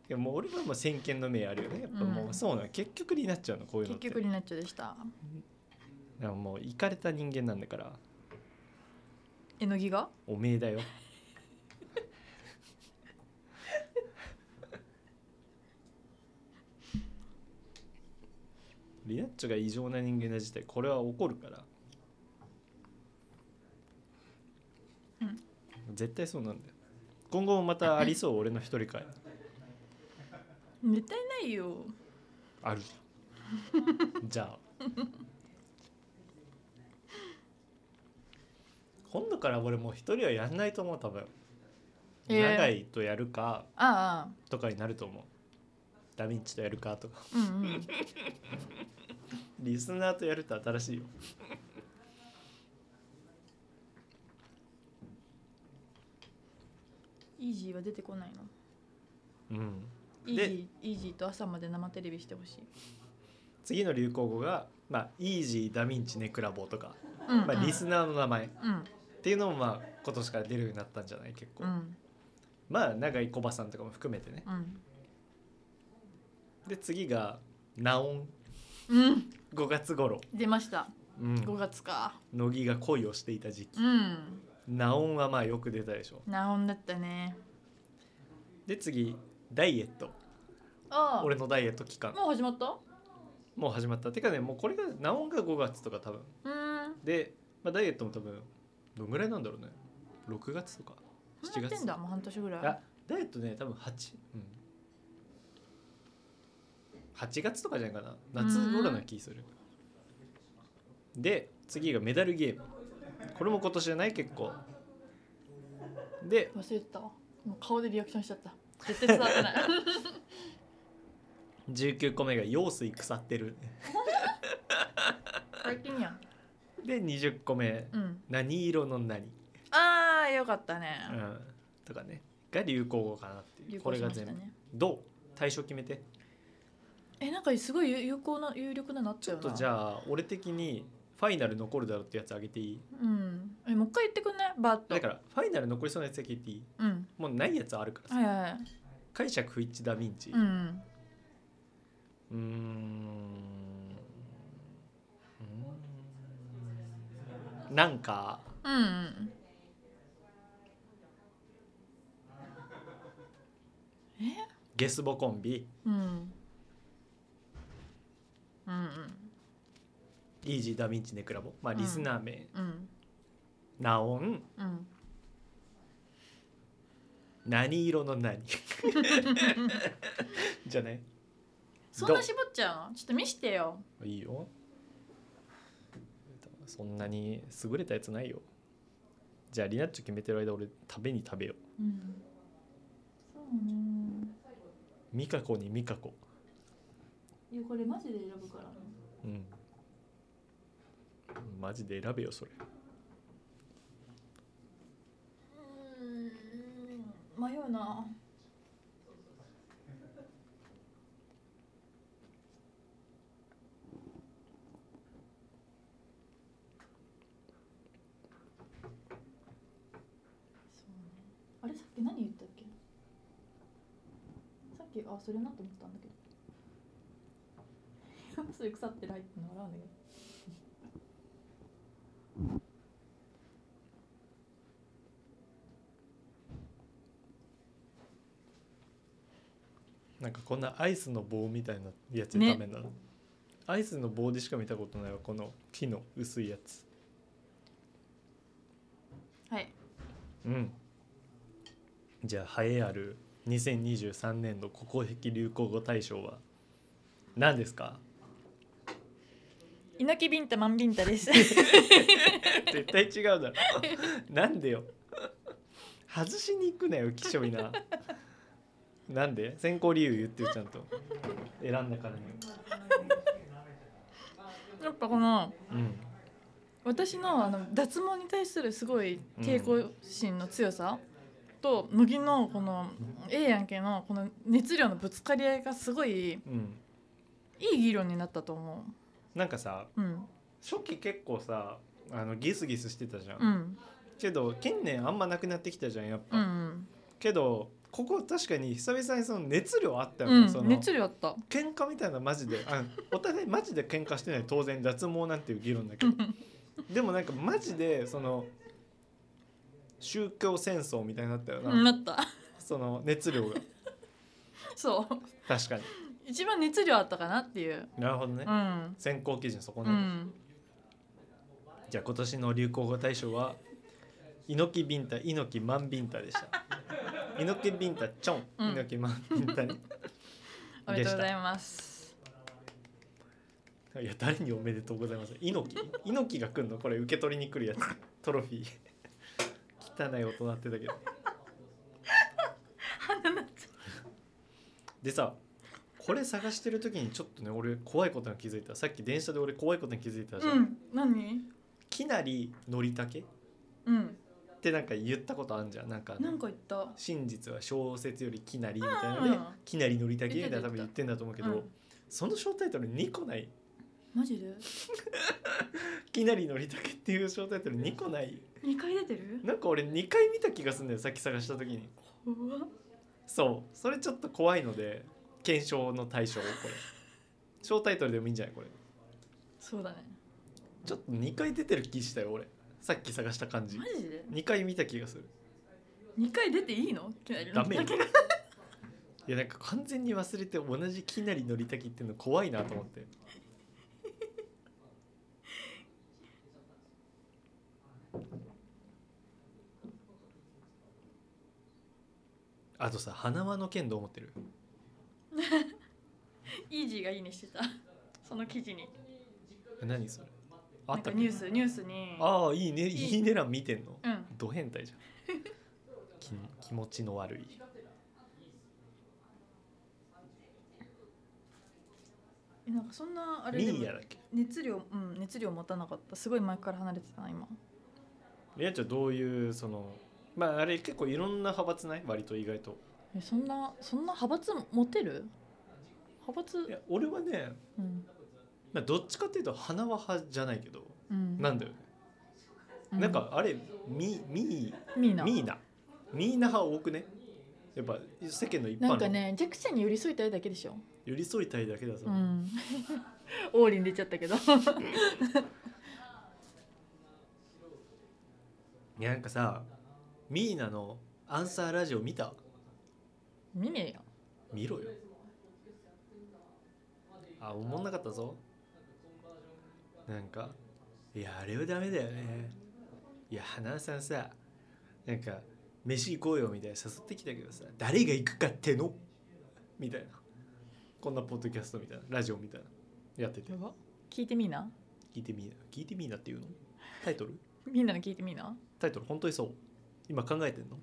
でも俺はもう先見の明あるよね。やっぱもううんそうなの、結局になっちゃうの、こういうの結って。局リナッチョでしただからもう、行かれた人間なんだから、えのぎがおめえ だよ。リナッチョが異常な人間な事態これは起こるから、うん絶対そうなんだよ今後もまたありそう俺の一人会絶対ないよある じゃあ今度から俺もう一人はやんないと思う多分えー長いとやるかああとかになると思うダヴィンチとやるかとかうんうんリスナーとやると新しいよイージーは出てこないのうんイーでジーイージーと朝まで生テレビしてほしい次の流行語がまあイージーダヴィンチネクラボとか、うんまあ、リスナーの名前っうんていうのもまあ今年から出るようになったんじゃない結構、うんまあ永井小葉さんとかも含めてねうんで次がナオンうん5月頃、出ましたうん5月か乃木が恋をしていた時期うんナオンはまあよく出たでしょナオンだったねで次ダイエットああ俺のダイエット期間もう始まったもう始まったてかねもうこれがナオンが5月とか多分うんで、まあ、ダイエットも多分どんぐらいなんだろうね6月とかもう7やってん月だもう半年ぐらいあダイエットね多分8うん8月とかじゃないかな夏頃な気するで次がメダルゲームこれも今年じゃない結構で忘れてたわもう顔でリアクションしちゃった絶対伝わってない19個目が「用水腐ってる最近やん」で20個目うん「何色の何」ああよかったねう、ん、とかねが流行語かなっていう、流こ行れしがまし全た部ねどう対象決めてえなんかすごい有有効な有力なのあったちょよっなとじゃあ俺的にファイナル残るだろうってやつあげていいうんえもう一回言ってくんないバッとだからファイナル残りそうなやつだけ言っていいうんもうないやつあるからさ、はいはいはい解釈不一致ダヴィンチうんうんうーんうーんなんかうんうんゲスボコンビうんうんイージーダヴィンチネクラボまあうんリスナー名、うんナオンうん何色の 何じゃねそんな絞っちゃうのちょっと見してよいいよそんなに優れたやつないよじゃあリナッチョ決めてる間俺食べに食べよううんそうねミカコにミカコいやこれマジで選ぶからねうんマジで選べよそれうーん迷うなそうねあれさっき何言ったっけさっき あそれなと思ったんだけどそれ腐ってる入ってるの笑うんだけどこんなアイスの棒みたいなやつでダメなの、アイスの棒でしか見たことないわこの木の薄いやつはいうんじゃあ栄えある2023年度国宝壁流行語大賞は何ですか猪木ビンタマンビンタです 絶対違うだろなんでよ外しに行くなよきしょいななんで選考理由言ってよちゃんと選んだからにやっぱこのうん私のあの脱毛に対するすごい抵抗心の強さ、と麦のこのええやんけのこの熱量のぶつかり合いがすごいうんいい議論になったと思なんかさううん初期結構さあのギスギスしてたじゃん、うんけど近年あんまなくなってきたじゃんやっぱ、うんうんけどここ確かに久々にその熱量あったよね、うそんの熱量あった喧嘩みたいなマジであお互いマジで喧嘩してない当然脱毛なんていう議論だけどでもなんかマジでその宗教戦争みたいになったよな、 なったその熱量がそう確かに一番熱量あったかなっていうなるほどね、うん選考基準そこうね、んじゃあ今年の流行語大賞は猪木ビンタ猪木マンビンタでした猪木ビンタチョン、うん猪木マンビンタねおめでとうございます いや誰におめでとうございます猪木猪木が来るのこれ受け取りに来るやつトロフィー 汚い大人ってだけど鼻なっちゃでさこれ探してる時にちょっとね俺怖いことに気づいたさっき電車で俺怖いことに気づいた うじゃん、うん何きなりのりたけっうんてなんか言ったことあんじゃんなんかあのなんか言った真実は小説よりきなりみたいなうのでんきなりのりたけみたいな多分言ってんだと思うけど、うんその小タイトル2個ないマジできなりのりたけっていう小タイトル2個ない二回出てるなんか俺2回見た気がするんだよさっき探した時に怖っそうそれちょっと怖いので検証の対象をこれ小タイトルでもいいんじゃないこれそうだねちょっと2回出てる気したよ俺さっき探した感じマジで2回見た気がする二回出ていいのダメよだけが いやなんか完全に忘れて同じきなりのりたきっていうの怖いなと思ってあとさ花輪の件どう思ってるイージーがいいねしてたその記事にえ何それあなんったかっニュけースニュースにああいいねいいいね欄見てんのうんド変態じゃん き気持ちの悪いえなんかそんなあれでミーもヤだっけ熱量うん熱量持たなかったすごい前から離れてたな今りあちゃんどういうそのまああれ結構いろんな派閥ない割と意外とえそんなそんな派閥持てる派い閥や俺はね、うんまあ、どっちかっていうと花輪派じゃないけどうんなんだよね、うなんかあれミミミーーナミーナミーナ派多くねやっぱ世間の一な般んか論、ね弱者に寄り添いたいだけでしょ寄り添いたいだけだぞ、うん 王林出ちゃ ったけどいやなんかさミーナのアンサーラジオ見た見ねえよ見ろよあおもんなかったぞなんかいやあれはダメだよねいや花輪さんさなんか飯行こうよみたいな誘ってきたけどさ誰が行くかってのみたいなこんなポッドキャストみたいなラジオみたいなやっててやば聞いてみーな聞いてみーな聞いてみーなっていうのタイトルみんなの聞いてみーなタイトル本当にそう今考えてんの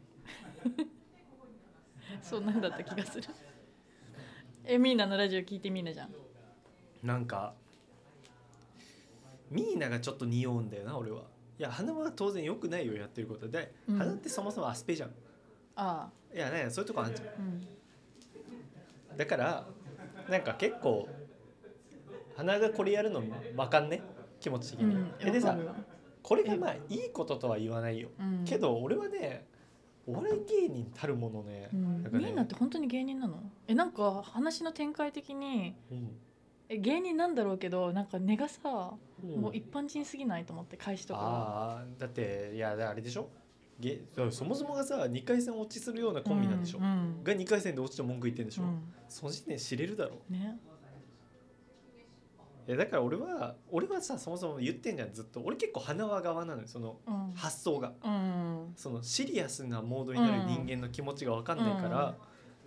そんなんだった気がする えみーなのラジオ聞いてみーなじゃんなんかミーナがちょっと匂うんだよな俺はいや花は当然良くないよやってることで、うん花ってそもそもアスペじゃんあいやねそういうとこあるじゃあうんんだからなんか結構花がこれやるのわかんね気持ち的うに、んえでわさかるわこれがまあいいこととは言わないよ、うんけど俺はねお笑い芸人たるものね,、うんなんかミーナっねて本当に芸人なのえなんか話の展開的にうんえ芸人なんだろうけどなんか根がさ、うんもう一般人すぎないと思って返しとかはああだっていやあれでしょげそもそもがさ2回戦落ちするようなコンビなんでしょ、うんうんが2回戦で落ちて文句言ってんでしょ、うんその時点で知れるだろねいやだから俺は俺はさそもそも言ってんじゃんずっと俺結構花輪側なのよそのうん発想がうんそのシリアスなモードになる人間の気持ちが分かんないから、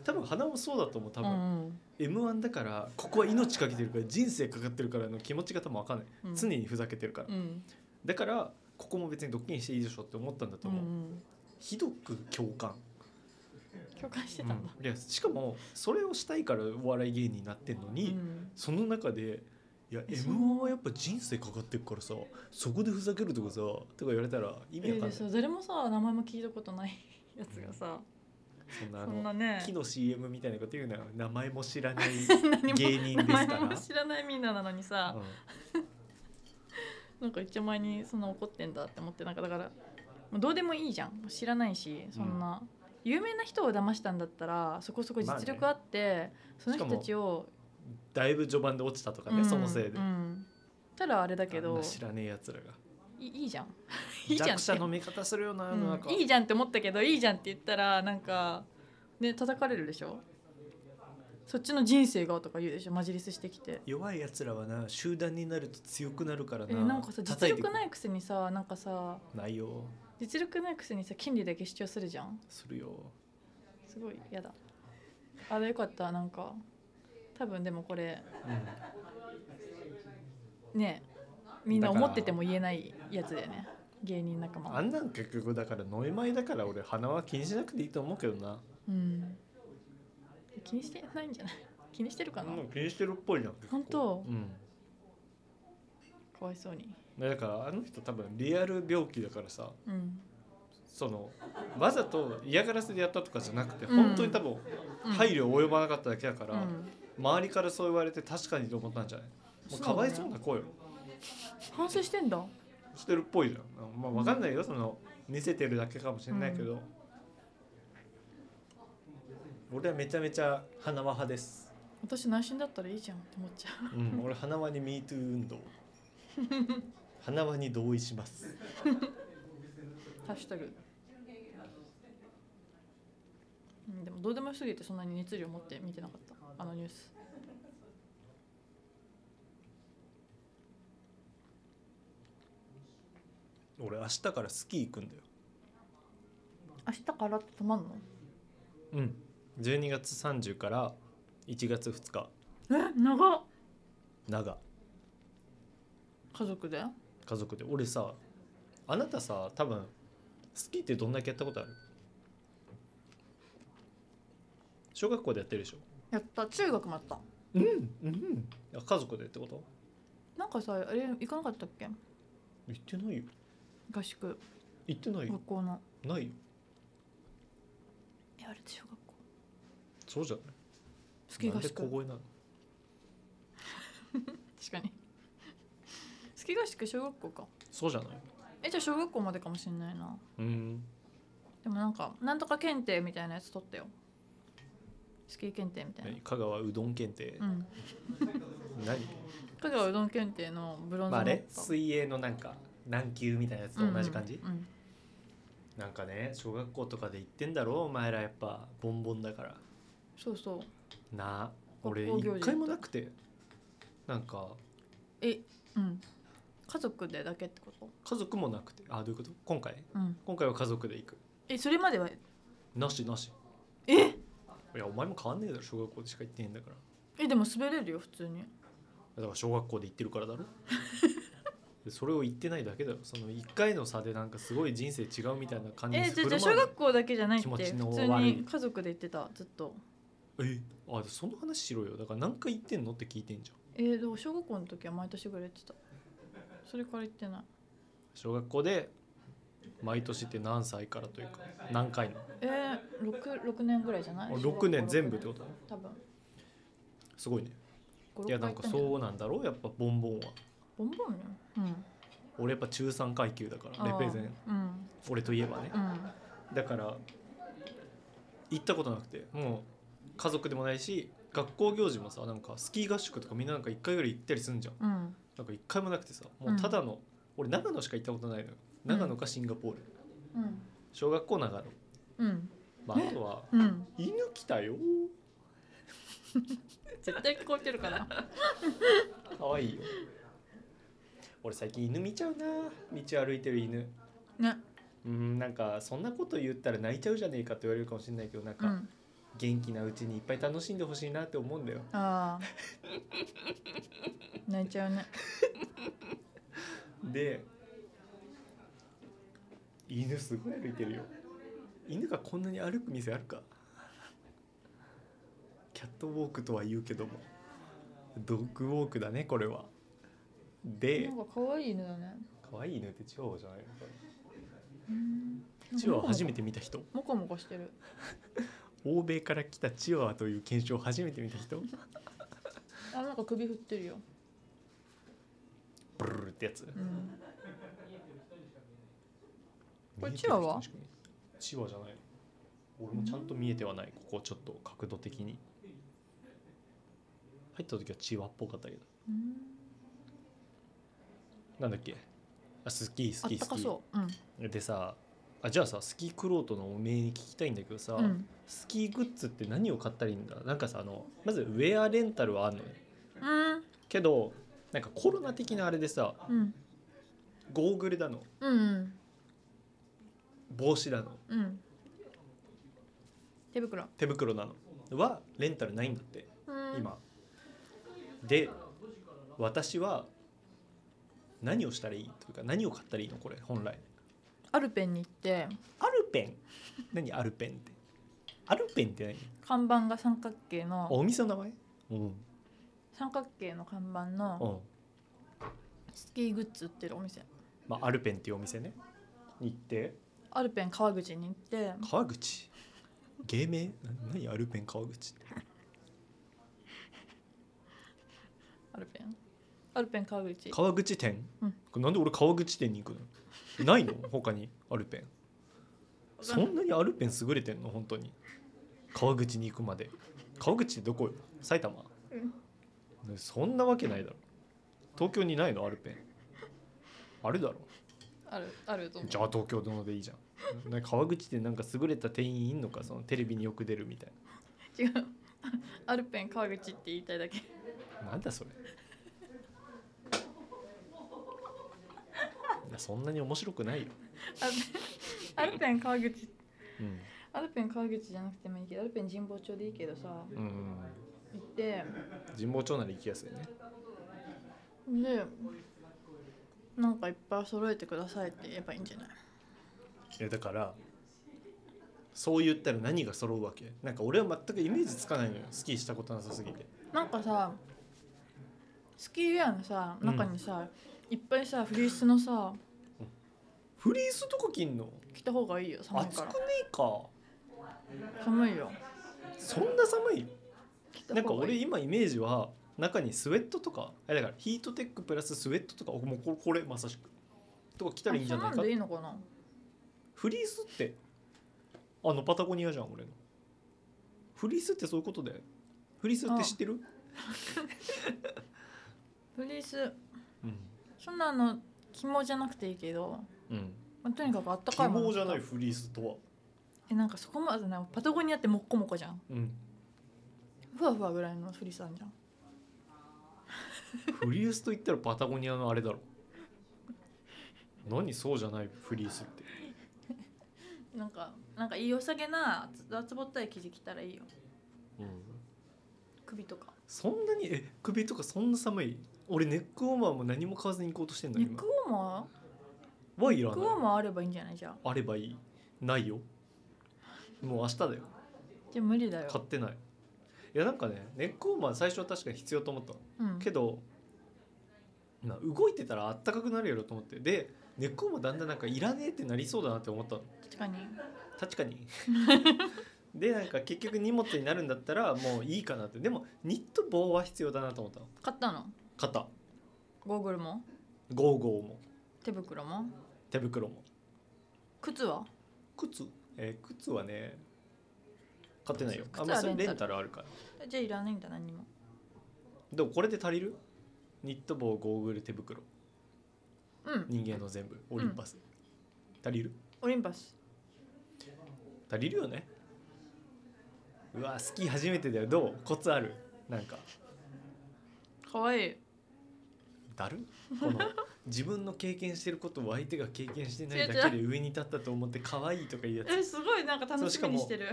多分花もそうだと思う多う分、ん m 1だからここは命かけてるから人生かかってるからの気持ちが多分分かんない、うん常にふざけてるから、うんだからここも別にドッキリしていいでしょって思ったんだとう思う、んひどく共感共感してたんだ、うんいやしかもそれをしたいからお笑い芸人になってんのうに、んその中で「いや m 1はやっぱ人生かかってるからさそこでふざけるとかさ」とか言われたら意味いいわかんなでいしそょ誰もさ名前も聞いたことないやつがさ、んなあそんのなね木の CM みたいなこと言うなら名前も知ら ない何も芸人名ですから前も知らないみんななのにさ、うんなんか一応前にそんな怒ってんだって思ってなんかだからもうどうでもいいじゃん知らないしそんな、有名な人を騙したんだったらそこそこ実力あって、その人たちをだいぶ序盤で落ちたとかね、うんそのせいで、うんたらあれだけあんどな知らねえやつらがいいいじゃんいいじゃん弱っ者て、の味方するよな、うんなんかいいじゃんって思ったけどいいじゃんって言ったらなんかね叩かれるでしょそっちの人生がとか言うでしょマジレスしてきて。弱いやつらはな集団になると強くなるからえな,、なんかさ実叩いて力ないくせにさなんかさ内容実力ないくせにさ権利だけ主張するじゃんするよすごい嫌だあれよかったなんか多分でもこれうねみんなだから思ってても言えないやつだよね芸人仲ん、あ間んなん結局だからノイマイだから俺鼻は気にしなくていいと思うけどなうん気にしてないんじゃない気にしてるかな、うん気にしてるっぽいじゃん結構本当うんかわいそうにだからあの人多分リアル病気だからさうんそのわざと嫌がらせでやったとかじゃなくて、うん本当に多分うん配慮及ばなかっただけだかうら、ん周りからそう言われて確かにと思ったんじゃないもうかわいそうな声を反省してんだしてるっぽいじゃんまあわかんないよその見せてるだけかもしれないけど、俺はめちゃめちゃ花輪派です、私内心だったらいいじゃんって思っちゃううん、俺花輪に MeToo 運動花輪に同意しますハッシュタグうんでもどうでもよすぎてそんなに熱量持って見てなかったあのニュース俺明日からスキー行くんだよ明日からって止まんのうん12月30から1月2日え長っ長家族で家族で俺さあなたさ多分スキーってどんだけやったことある小学校でやってるでしょやった中学もやったうんうん家族でってことなんかさあれ行かなかったっけ行ってないよ合宿行ってないよ学校のないよえあれって小学校そうじゃないスキーなん合で宿小声なの確かに スキー合宿小学校かそうじゃないえじゃあ小学校までかもしんないなうんでもなんかなんとか検定みたいなやつ取ったよスキー検定みたい何香川うどん検定なうん何香川うどん検定のブロンズまああ持っれ水泳のなんか難級みたいなやつたと同じ感じ、うんうんなんかね小学校とかで行ってんだろお前らやっぱボンボンだからそうそうなあ学校俺行事一回もなくてなんかえうん家族でだけってこと家族もなくてあどういうこと今回うん今回は家族で行くえそれまではなしなしえいやお前も変わんねえだろ小学校でしか行ってねえんだからえでも滑れるよ普通にだから小学校で行ってる からだろでそれを言ってないだけだろその1回の差でなんかすごい人生違うみたいな感じえにじゃあじゃあ振小る舞う学校だけじゃないって気持ちの普通悪いに家族で行ってたずっとえあその話しろよだから何回行ってんのって聞いてんじゃんえー、でも小学校の時は毎年ぐらい行ってたそれから行ってない小学校で毎年って何歳からというか何回のえー、6, 六年ぐらいじゃないあ六年全部ってこと多分すごいね5いやなんかうそうなんだろうやっぱボンボンはボンボンようん俺やっぱ中3階級だから レペゼンあーうん俺といえばねうんだから行ったことなくてもう家族でもないし学校行事もさなんかスキー合宿とかみんななんか1回ぐらい行ったりすんじゃんうんなんか1回もなくてさもうただの、俺長野しか行ったことないのよ長野かシンガポール、うん小学校長野、うんまあ、あとはうん「犬来たよ絶対聞こえてるから可愛いよ」俺最近犬見ちゃうな道歩いてる犬 ねうんなんかそんなこと言ったら泣いちゃうじゃねえかって言われるかもしれないけどなんうかん元気なうちにいっぱい楽しんでほしいなって思うんだよああ泣いちゃうねで犬すごい歩いてるよ犬がこんなに歩く店あるかキャットウォークとは言うけどもドッグウォークだねこれはでなんか可愛い犬だね可愛い犬ってチワワじゃないのうんかチワワ初めて見た人モコモコしてる欧米から来たチワワという犬種を初めて見た人あなんか首振ってるよ、ブルルってやつうん、これチワワチワワじゃない俺もちゃんと見えてはないここちょっと角度的に入った時はチワっぽかったけどなんだっけあスキーあ好っきた好かきそううんでさあじゃあさスキークロートのおめえに聞きたいんだけどさ、うんスキーグッズって何を買ったらいいんだなんかさあのまずウェアレンタルはあるのようんけどなんかコロナ的なあれでさうんゴーグルだのうん帽子だのうん手袋手袋なのはレンタルないんだってうん今で私は何をしたらいいというか何を買ったらいいのこれ本来アルペンに行ってアルペン何アルペンってアルペンって何看板が三角形あのお店の名前うんうん三角形の看板のスキーグッズ売ってるお店まあアルペンっていうお店ねに行ってアルペン川口に行って川口芸名な何アルペン川口ってアルペンアルペン川口川口店、うんこれなんで俺川口店に行くのないの他にアルペンそんなにアルペン優れてんの本当に川口に行くまで川口ってどこよ埼玉、ねそんなわけないだろ東京にないのアルペンあるだろあるあると思うじゃあ東京のでいいじゃんな川口ってなんか優れた店員いんのかそのテレビによく出るみたい違うアルペン川口って言いたいだけななんだそれいやそんなに面白くないよ、アルペン川口うんアルペン川口じゃなくてもいいけどアルペン神保町でいいけどさうん、行って神保町なら行きやすいねでなんかいっぱい揃えてくださいって言えばいいんじゃないいやだからそう言ったら何が揃うわけなんか俺は全くイメージつかないのよスキーしたことなさすぎてなんかさスキーウェアのさ中にさ、いっぱいさフリースのさフリースとか着んの着た方がいいよ寒い暑くかねえから寒いよそんな寒い着たなんか方が俺いい今イメージは中にスウェットとかあだからヒートテックプラススウェットとかもうこれこれまさしくとか着たらいいんじゃないあそかんなんでいいのかなフリースってあのパタゴニアじゃん俺のフリースってそういうことでフリースって知ってるフリースうんそんなあの紐じゃなくていいけど、うんまあ、とにかくあったかいもの希望じゃないフリースとはえなんかそこまでねパタゴニアってもっこもこじゃんうんふわふわぐらいのフリースあんじゃんフリースと言ったらパタゴニアのあれだろ何そうじゃないフリースってなんかなんかいい良さげな厚ぼったい生地着たらいいようん首とかそんなにえ首とかそんな寒い俺ネックウォーマーも何も買わずに行こうとしてんのネッ今クウォーマはいーネッらクウォーないマーあればいいんじゃないじゃああればいいないよもう明日だよじゃあ無理だ買よってないいやなんかねネックウォーマー最初は確かに必要と思ったのうんけどな動いてたらあったかくなるやろと思ってでネックウォーマーだんだんなんかいらねえってなりそうだなって思ったの確かに確か にでなんか結局荷物になるんだったらもういいかなってでもニット帽は必要だなと思ったの買ったの肩ゴーグルもゴーゴーも手袋も手袋も靴は靴、えー靴はね買ってないよあ靴はんまそれレンタルレンタルあるからじゃあいらないんだ何にもでもこれで足りるニット帽ゴーグル手袋うん人間の全部オリンパス、足りるオリンパス足りるよねうわスキー初めてだよどうコツあるなんかかわいいだるこの自分の経験してることを相手が経験してないだけで上に立ったと思って可愛いとかいうやつえすごいなんか楽しみにしてる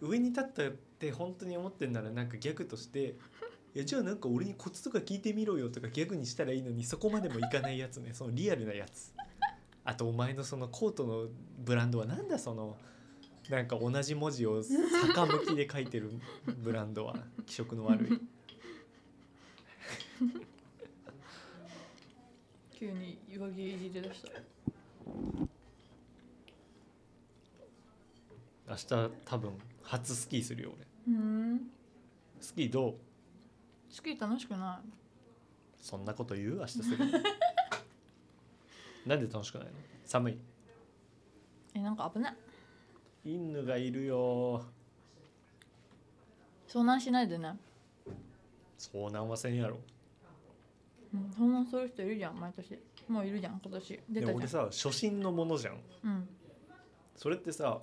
上に立ったって本当に思ってんならなんか逆として「いやじゃあなんか俺にコツとか聞いてみろよ」とか逆にしたらいいのにそこまでもいかないやつねそのリアルなやつあとお前のそのコートのブランドはなんだそのなんか同じ文字を逆向きで書いてるブランドは気色の悪い急に上着いじり出した明日多分初スキーするよ俺うんスキーどうスキー楽しくないそんなこと言う明日すぐに なんで楽しくないの寒いえなんか危ない犬がいるよ遭難しないでね、遭難はせんやろうん、遭難する人いるじゃん毎年もういるじゃん今年出でたもじゃ俺んさ初心のものじゃんうんそれってさ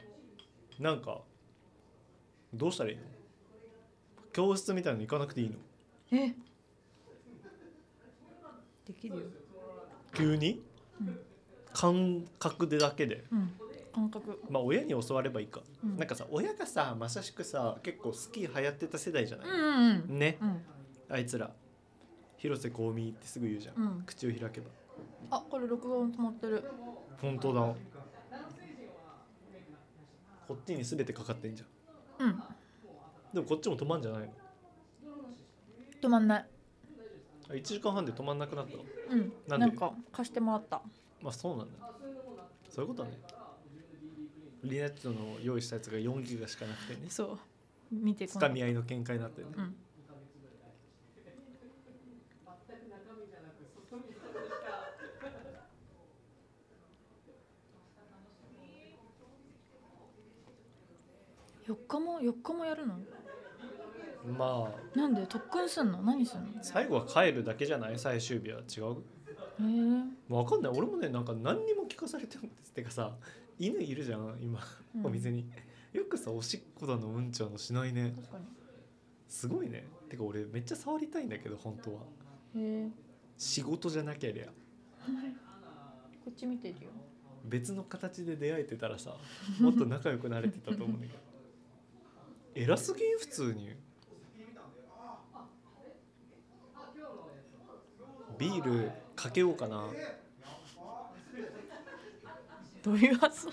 なんかどうしたらいいの教室みたいなの行かなくていいのえできるよ急に、うん感覚でだけでうん感覚まあ親に教わればいいか、うんなんかさ親がさまさしくさ結構スキー流行ってた世代じゃなういん、うんねうんあいつら広瀬香美ってすぐ言うじゃん、うん口を開けばあこれ録音止まってる本当だこっちに全てかかってんじゃんうんでもこっちも止まんじゃないの止まんないあ1時間半で止まんなくなったうんななんんでか貸してもらったまあそうなんだそういうことねリナッチョの用意したやつが4ギガしかなくてねそう見てつこかなみ合いの見解になってねうん4日も4日もやるのまあなんで特訓すんの何すんの最後は帰るだけじゃない最終日は違うへえわかんない俺もねなんか何にも聞かされてるんですてかさ犬いるじゃん今うんお店に、よくさおしっこだのうんちゃのしないね確かすごいねてか俺めっちゃ触りたいんだけど本当はにへえ仕事じゃなけりゃこっち見てるよ別の形で出会えてたらさもっと仲良くなれてたと思うんだけど偉すぎん普通にビールかけようかなどういう発想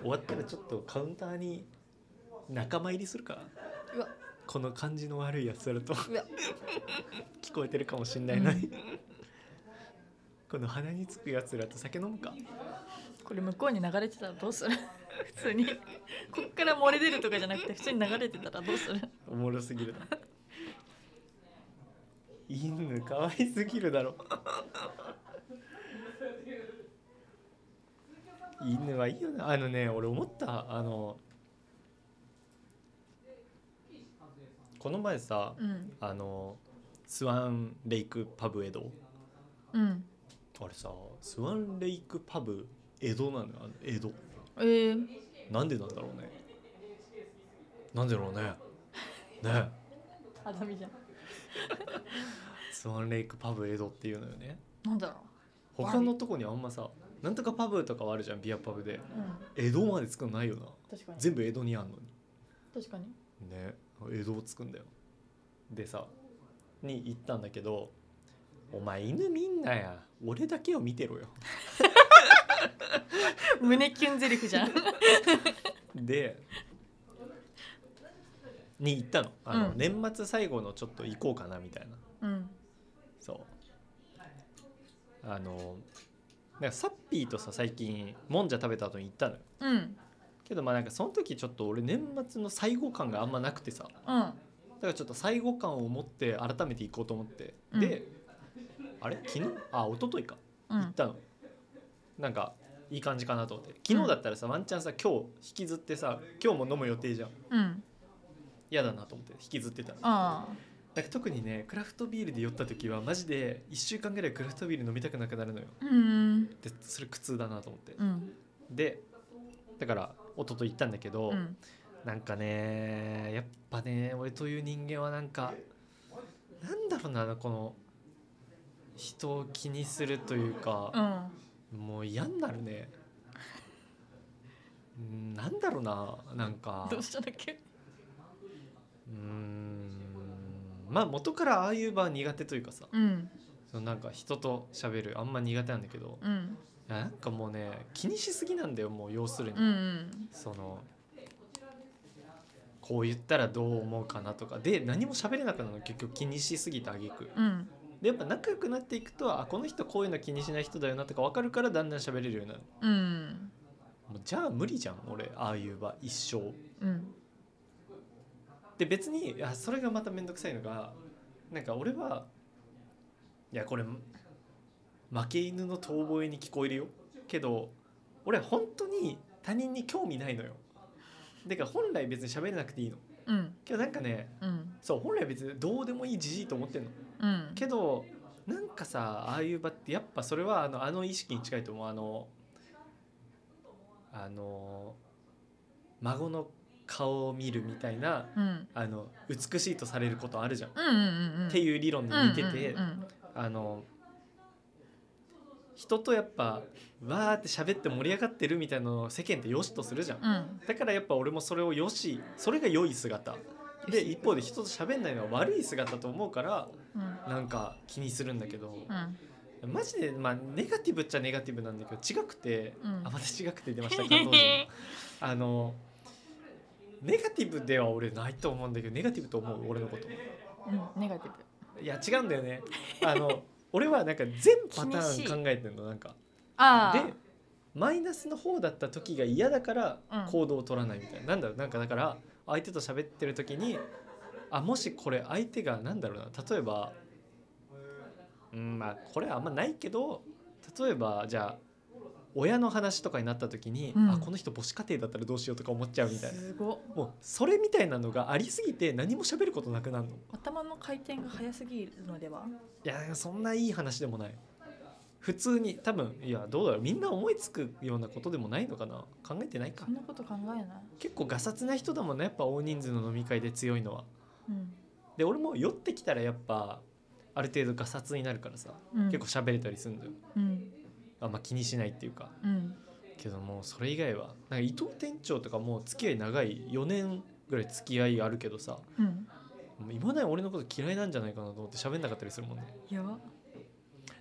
終わったらちょっとカウンターに仲間入りするかうわこの感じの悪いやつらと うわ聞こえてるかもしんないのにこの鼻につくやつらと酒飲むかこれ向こうに流れてたらどうする普通にこっから漏れ出るとかじゃなくて普通に流れてたらどうするおもろすぎるな犬かわいすぎるだろ犬はいいよなあのね俺思ったあのこの前さうんあのスワンレイクパブ江戸うんあれさスワンレイクパブ江戸なのよあの江戸えー、なんでなんだろうねなんでだろうねねえあダメじゃんスワンレイクパブ江戸っていうのよねなんだろ他のとこにあんまさなんとかパブとかはあるじゃんビアパブでううん江戸までつくのないよな確かに全部江戸にあんの確かににね江戸をつくんだよでさに行ったんだけどお前犬みんなや俺だけを見てろよ胸キュンゼリフじゃんでに行ったのあの、うん年末最後のちょっと行こうかなみたいなうんそうあのなんかサッピーとさ最近もんじゃ食べた後に行ったのようんけどまあなんかその時ちょっと俺年末の最後感があんまなくてさだうんからちょっと最後感を持って改めて行こうと思って、うんであれ昨日あ一昨日かう行っんたの、なんかいい感じかなと思って昨日だったらさワンチャンさ今日引きずってさ今日も飲む予定じゃんうん嫌だなと思って引きずってたのあなんか特にねクラフトビールで酔った時はマジで1週間ぐらいクラフトビール飲みたくなくなるのようんでそれ苦痛だなと思って、うんでだから一昨日行ったんだけど、うんなんかねやっぱね俺という人間はなんかなんだろうなこの人を気にするというかう、んもう嫌になるねうんなんだろうななんかどうしたんだっけうんまあ元からああいう場は苦手というかさうんそのなんか人と喋るあんま苦手なんだけどうんいやなんかもうね気にしすぎなんだよもう要するに、うんうんそのこう言ったらどう思うかなとかで何も喋れなくなるの結局気にしすぎたあげくうんでやっぱ仲良くなっていくとあこの人こういうの気にしない人だよなとか分かるからだんだん喋れるようになるうんもうじゃあ無理じゃん俺ああいう場一生うんで別にあそれがまた面倒くさいのがなんか俺はいやこれ負け犬の遠吠えに聞こえるよけど俺本当に他人に興味ないのよだから本来別に喋れなくていいのうんけどなんかねうんそう本来別にどうでもいいじじいと思ってんのうんけどなんかさああいう場ってやっぱそれはあのあの意識に近いと思うあのあの孫の顔を見るみたいなうんあの美しいとされることあるじゃん、うんうんうんってういう理論に似てて、んうんあの人とやっぱわーって喋って盛り上がってるみたいなのを世間って良しとするじゃんうんうんだからやっぱ俺もそれを良しそれが良い姿で一方で人と喋んないのは悪い姿と思うからうんなんか気にするんだけどうんマジでまあネガティブっちゃネガティブなんだけど違くて、うんあまた違くて出ました感 動人あのネガティブでは俺ないと思うんだけどネガティブと思う俺のことうんネガティブいや違うんだよね。あ の俺はなんか全パタ厳しいーン考えてんのなんか。ああでマイナスの方だった時が嫌だからうん行動を取らないみたいな。なんだろうなんかだから相手と喋ってる時にあもしこれ相手がなんだろうな例えばうんまあこれはあんまないけど例えばじゃあ親の話とかになった時に、うんあこの人母子家庭だったらどうしようとか思っちゃうみたいなすごっもうそれみたいなのがありすぎて何も喋ることなくなるの頭の回転が早すぎるのではいやなんかそんないい話でもない普通に多分いやどうだろうみんな思いつくようなことでもないのかな考えてないかそんなこと考えない結構ガサツな人だもんねやっぱ大人数の飲み会で強いのはうんで俺も酔ってきたらやっぱある程度ガサツになるからさうん結構喋れたりするんだようんあんま気にしないっていうかうんけどもうそれ以外はなんか伊藤店長とかもう付き合い長い4年ぐらい付き合いあるけどさうんもう今だに俺のこと嫌いなんじゃないかなと思って喋んなかったりするもんねやばなん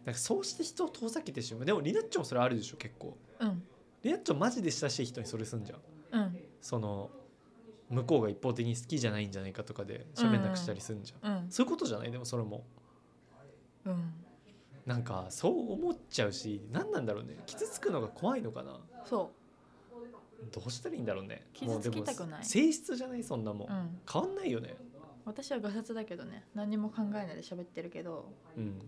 かそうして人を遠ざけてしまうでもりなっちょもそれあるでしょ結構うんリナッチョマジで親しい人にそれすんじゃんうんその向こうが一方的に好きじゃないんじゃないかとかで喋んなくしたりすんじゃん、うんそういうことじゃないでもそれもうんなんかそう思っちゃうし何なんだろうね傷つくのが怖いのかなそどうしたらいいんだろうね傷つきたくなもいうでも性質じゃないそんなもん、ううん変わんないよね私はガサツだけどね何も考えないで喋ってるけどうん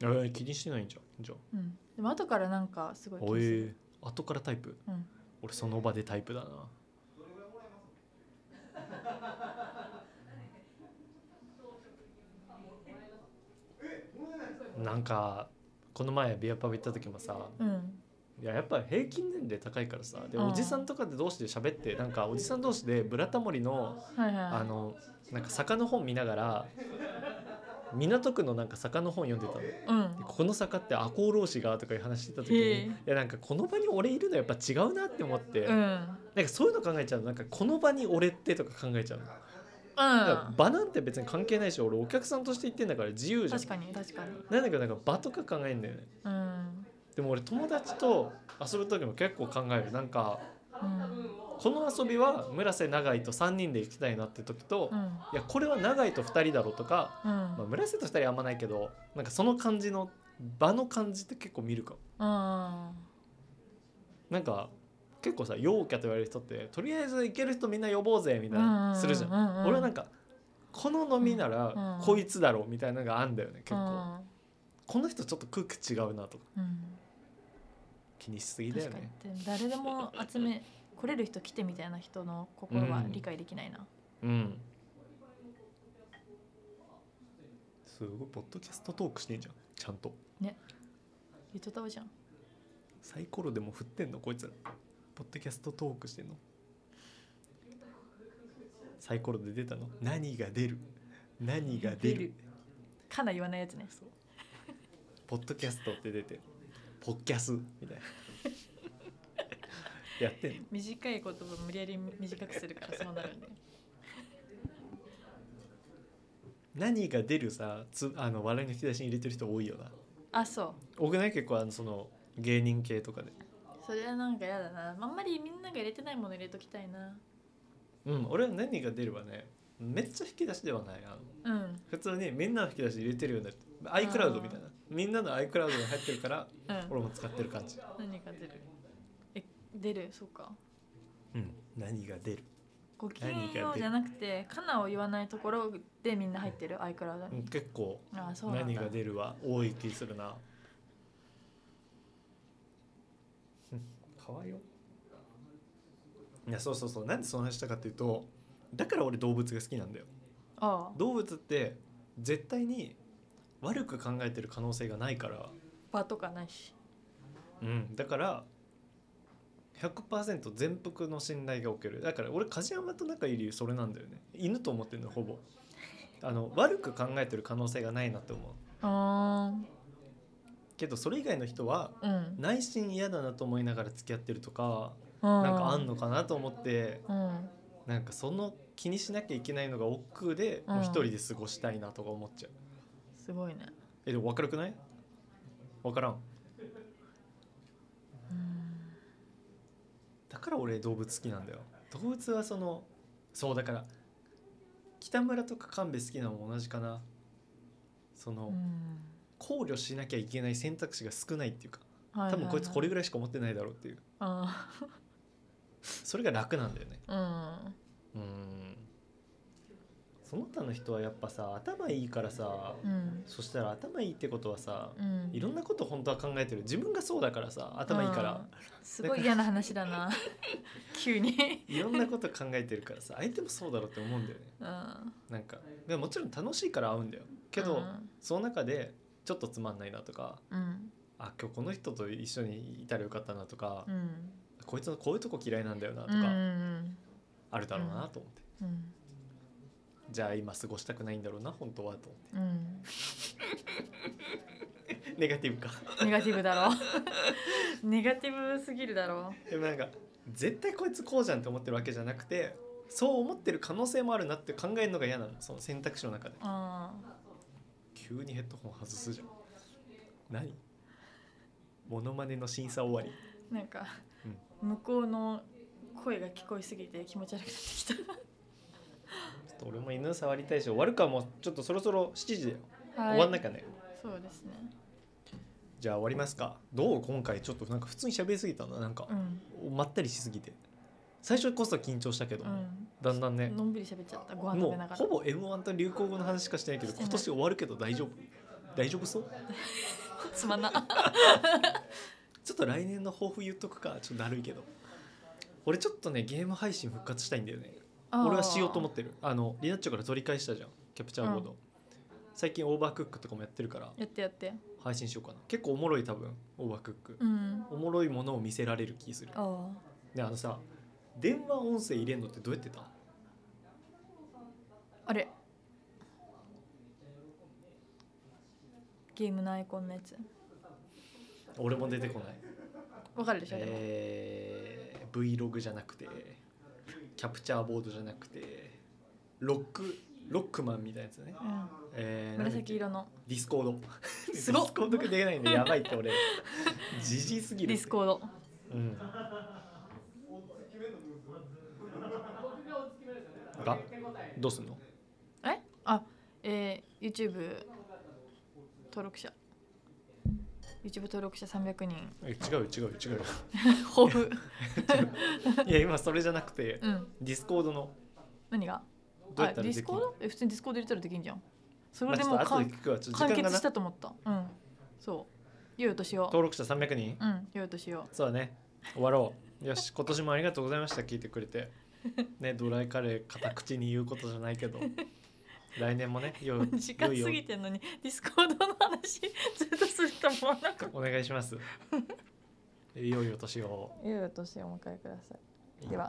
えー気にしてないんじゃんじゃあうんでも後からなんかすごい気おにえするー後からタイプうん俺その場でタイプだななんかこの前ビアパブ行った時もさうんいややっぱ平均年齢高いからさでうんおじさんとかで同士で喋ってなんかおじさん同士で「ブラタモリの」はいはいあのなんか坂の本見ながら港区のなんか坂の本読んでたの。うんでここの坂って赤穂浪士がとかいう話してた時へえにいやなんかこの場に俺いるのやっぱ違うなって思って、うんうんなんかそういうの考えちゃうのなんかこの場に俺ってとか考えちゃうのだから場なんて別に関係ないし俺お客さんとして行ってんだから自由じゃん確かに確かになんだけどなんか場とか考えんだよねうんでも俺友達と遊ぶ時も結構考えるなんかうんこの遊びは村瀬永井と3人で行きたいなって時と、ういんやこれは永井と2人だろうとか、うんまあ、村瀬と2人あんまないけどなんかその感じの場の感じって結構見るかもうんなんか結構さ陽キャと言われる人ってとりあえず行ける人みんな呼ぼうぜみたいうなんするじゃんうんうんうん俺はなんかこの飲みならうんこいつだろうみたいなのがあんだよね結う構んこの人ちょっと空気違うなとかうん気にしすぎだよ確かにねで誰でも集め来れる人来てみたいな人の心はうん理解できないなうんすごいポッドキャストトークしてんじゃんちゃんとゆとたわじゃんサイコロでも振ってんのこいつポッドキャストトークしてんのサイコロで出たの何が出る何が出る出るかな言わないやつねそうポッドキャストって出てポッキャスみたいな やってんの短い言葉無理やり短くするからそうなるんで何が出るさつあの笑いの引き出しに入れてる人多いよな あそう多くない結構あのその芸人系とかでそれはなんかやだなあんまりみんなが入れてないもの入れときたいなうん俺は何が出るはねめっちゃ引き出しではないあのうん普通にみんなの引き出し入れてるようになる iCloud みたいなみんなの iCloud が入ってるからうん俺も使ってる感じ何が出るえ出るそうかうん何が出るごきげん何がよ出うるじゃなくてかなを言わないところでみんな入ってる iCloud うにん結構あそうなんだ何が出るは多い気するなかわいよいやそうそうそうなんでその話したかっていうとだから俺動物が好きなんだよああ動物って絶対に悪く考えてる可能性がないから、場とかないしうん、だから100%全幅の信頼がおけるだから俺梶山と仲いい理由それなんだよね犬と思ってるのほぼあの悪く考えてる可能性がないなって思うあけどそれ以外の人はーうん内心嫌だなと思いながら付き合ってるとかななんかあんのかなと思ってうんなんかその気にしなきゃいけないのが億劫でもう一人で過ごしたいなとか思っちゃうすごいねえでも分かるくない分からんうんだから俺動物好きなんだよ動物はそのそうだから北村とか神戸好きなのも同じかなそのうん考慮しなきゃいけない選択肢が少ないっていうかははは多分こいつこれぐらいしか持ってないだろうっていうあそれが楽なんだよねあうんうんその他の人はやっぱさ頭いいからさ、うんそしたら頭いいってことはさ、うんいろんなこと本当は考えてる自分がそうだからさ頭いいから、すごい嫌な話だ な急にいろんなこと考えてるからさ相手もそうだろうって思うんだよねうんなんかでももちろん楽しいから合うんだよけど、その中でちょっとつまんないなとかうんあ今日この人と一緒にいたらよかったなとか、うんこいつのこういうとこ嫌いなんだよなとうんうかんあるだろうなと思って、うんじゃあ今過ごしたくないんだろうな本当はと思うんうんってネガティブかネガティブだろ ネガティブすぎるだろでもなんか絶対こいつこうじゃんって思ってるわけじゃなくてそう思ってる可能性もあるなって考えるのが嫌なのその選択肢の中であ急にヘッドホン外すじゃん何モノマネの審査終わりーなんか、向こうの声が聞こえすぎて気持ち悪くなってきちょっと俺も犬触りたいし終わるかもうちょっとそろそろ7時だよ、た、はい、終わんなきゃねそうですねじゃあ終わりますかどう今回ちょっとなんか普通に喋りすぎたななんかう、んまったりしすぎて最初こそ緊張したけど、うだんだんねんのんびり喋っちゃったご飯食もべなうがらほぼ m 1と流行語の話しかしてないけどしてない今年終わるけど大丈夫大丈夫そうつまんなちょっと来年の抱負言っとくかちょっとだるいけど俺ちょっとねゲーム配信復活したいんだよね 俺はしようと思ってるあのリナッチョから取り返したじゃんキャプチャーボード、最近オーバークックとかもやってるからやってやって配信しようかな結構おもろい多分オーバークック、うんおもろいものを見せられる気するああであのさ電話音声入れんのってどうやってたあれゲームのアイコンのやつ俺も出てこないわかるでしょ、でもえー、Vlog じゃなくてキャプチャーボードじゃなくてロックロックマンみたいなやつね、えー、なうん、んだっ紫け色のディスコードすごディっスコードが出ないんでやばいって俺じじいすぎデるィスコードうんがどうすんのえあえー、YouTube 登録者 YouTube 登録者300人 え違うよ違うよ違うよ抱負いや今それじゃなくてうんディスコードの何がどうやったらあデでィきスるコードえ普通にディスコード入れたらできんじゃんそまあれでちょもっうと後かで聞くわちょっと完時間が結なしたと思ったうんそう良いお年を登録者300人うん良いお年を そうだね終わろうよし今年もありがとうございました聞いてくれてねドライカレー片口に言うことじゃないけど来年もねよ 時間過ぎててんのにディスコードの話ずっとすると思わなかっお願い します良いお年をた。いよいよ年をお迎えください。では。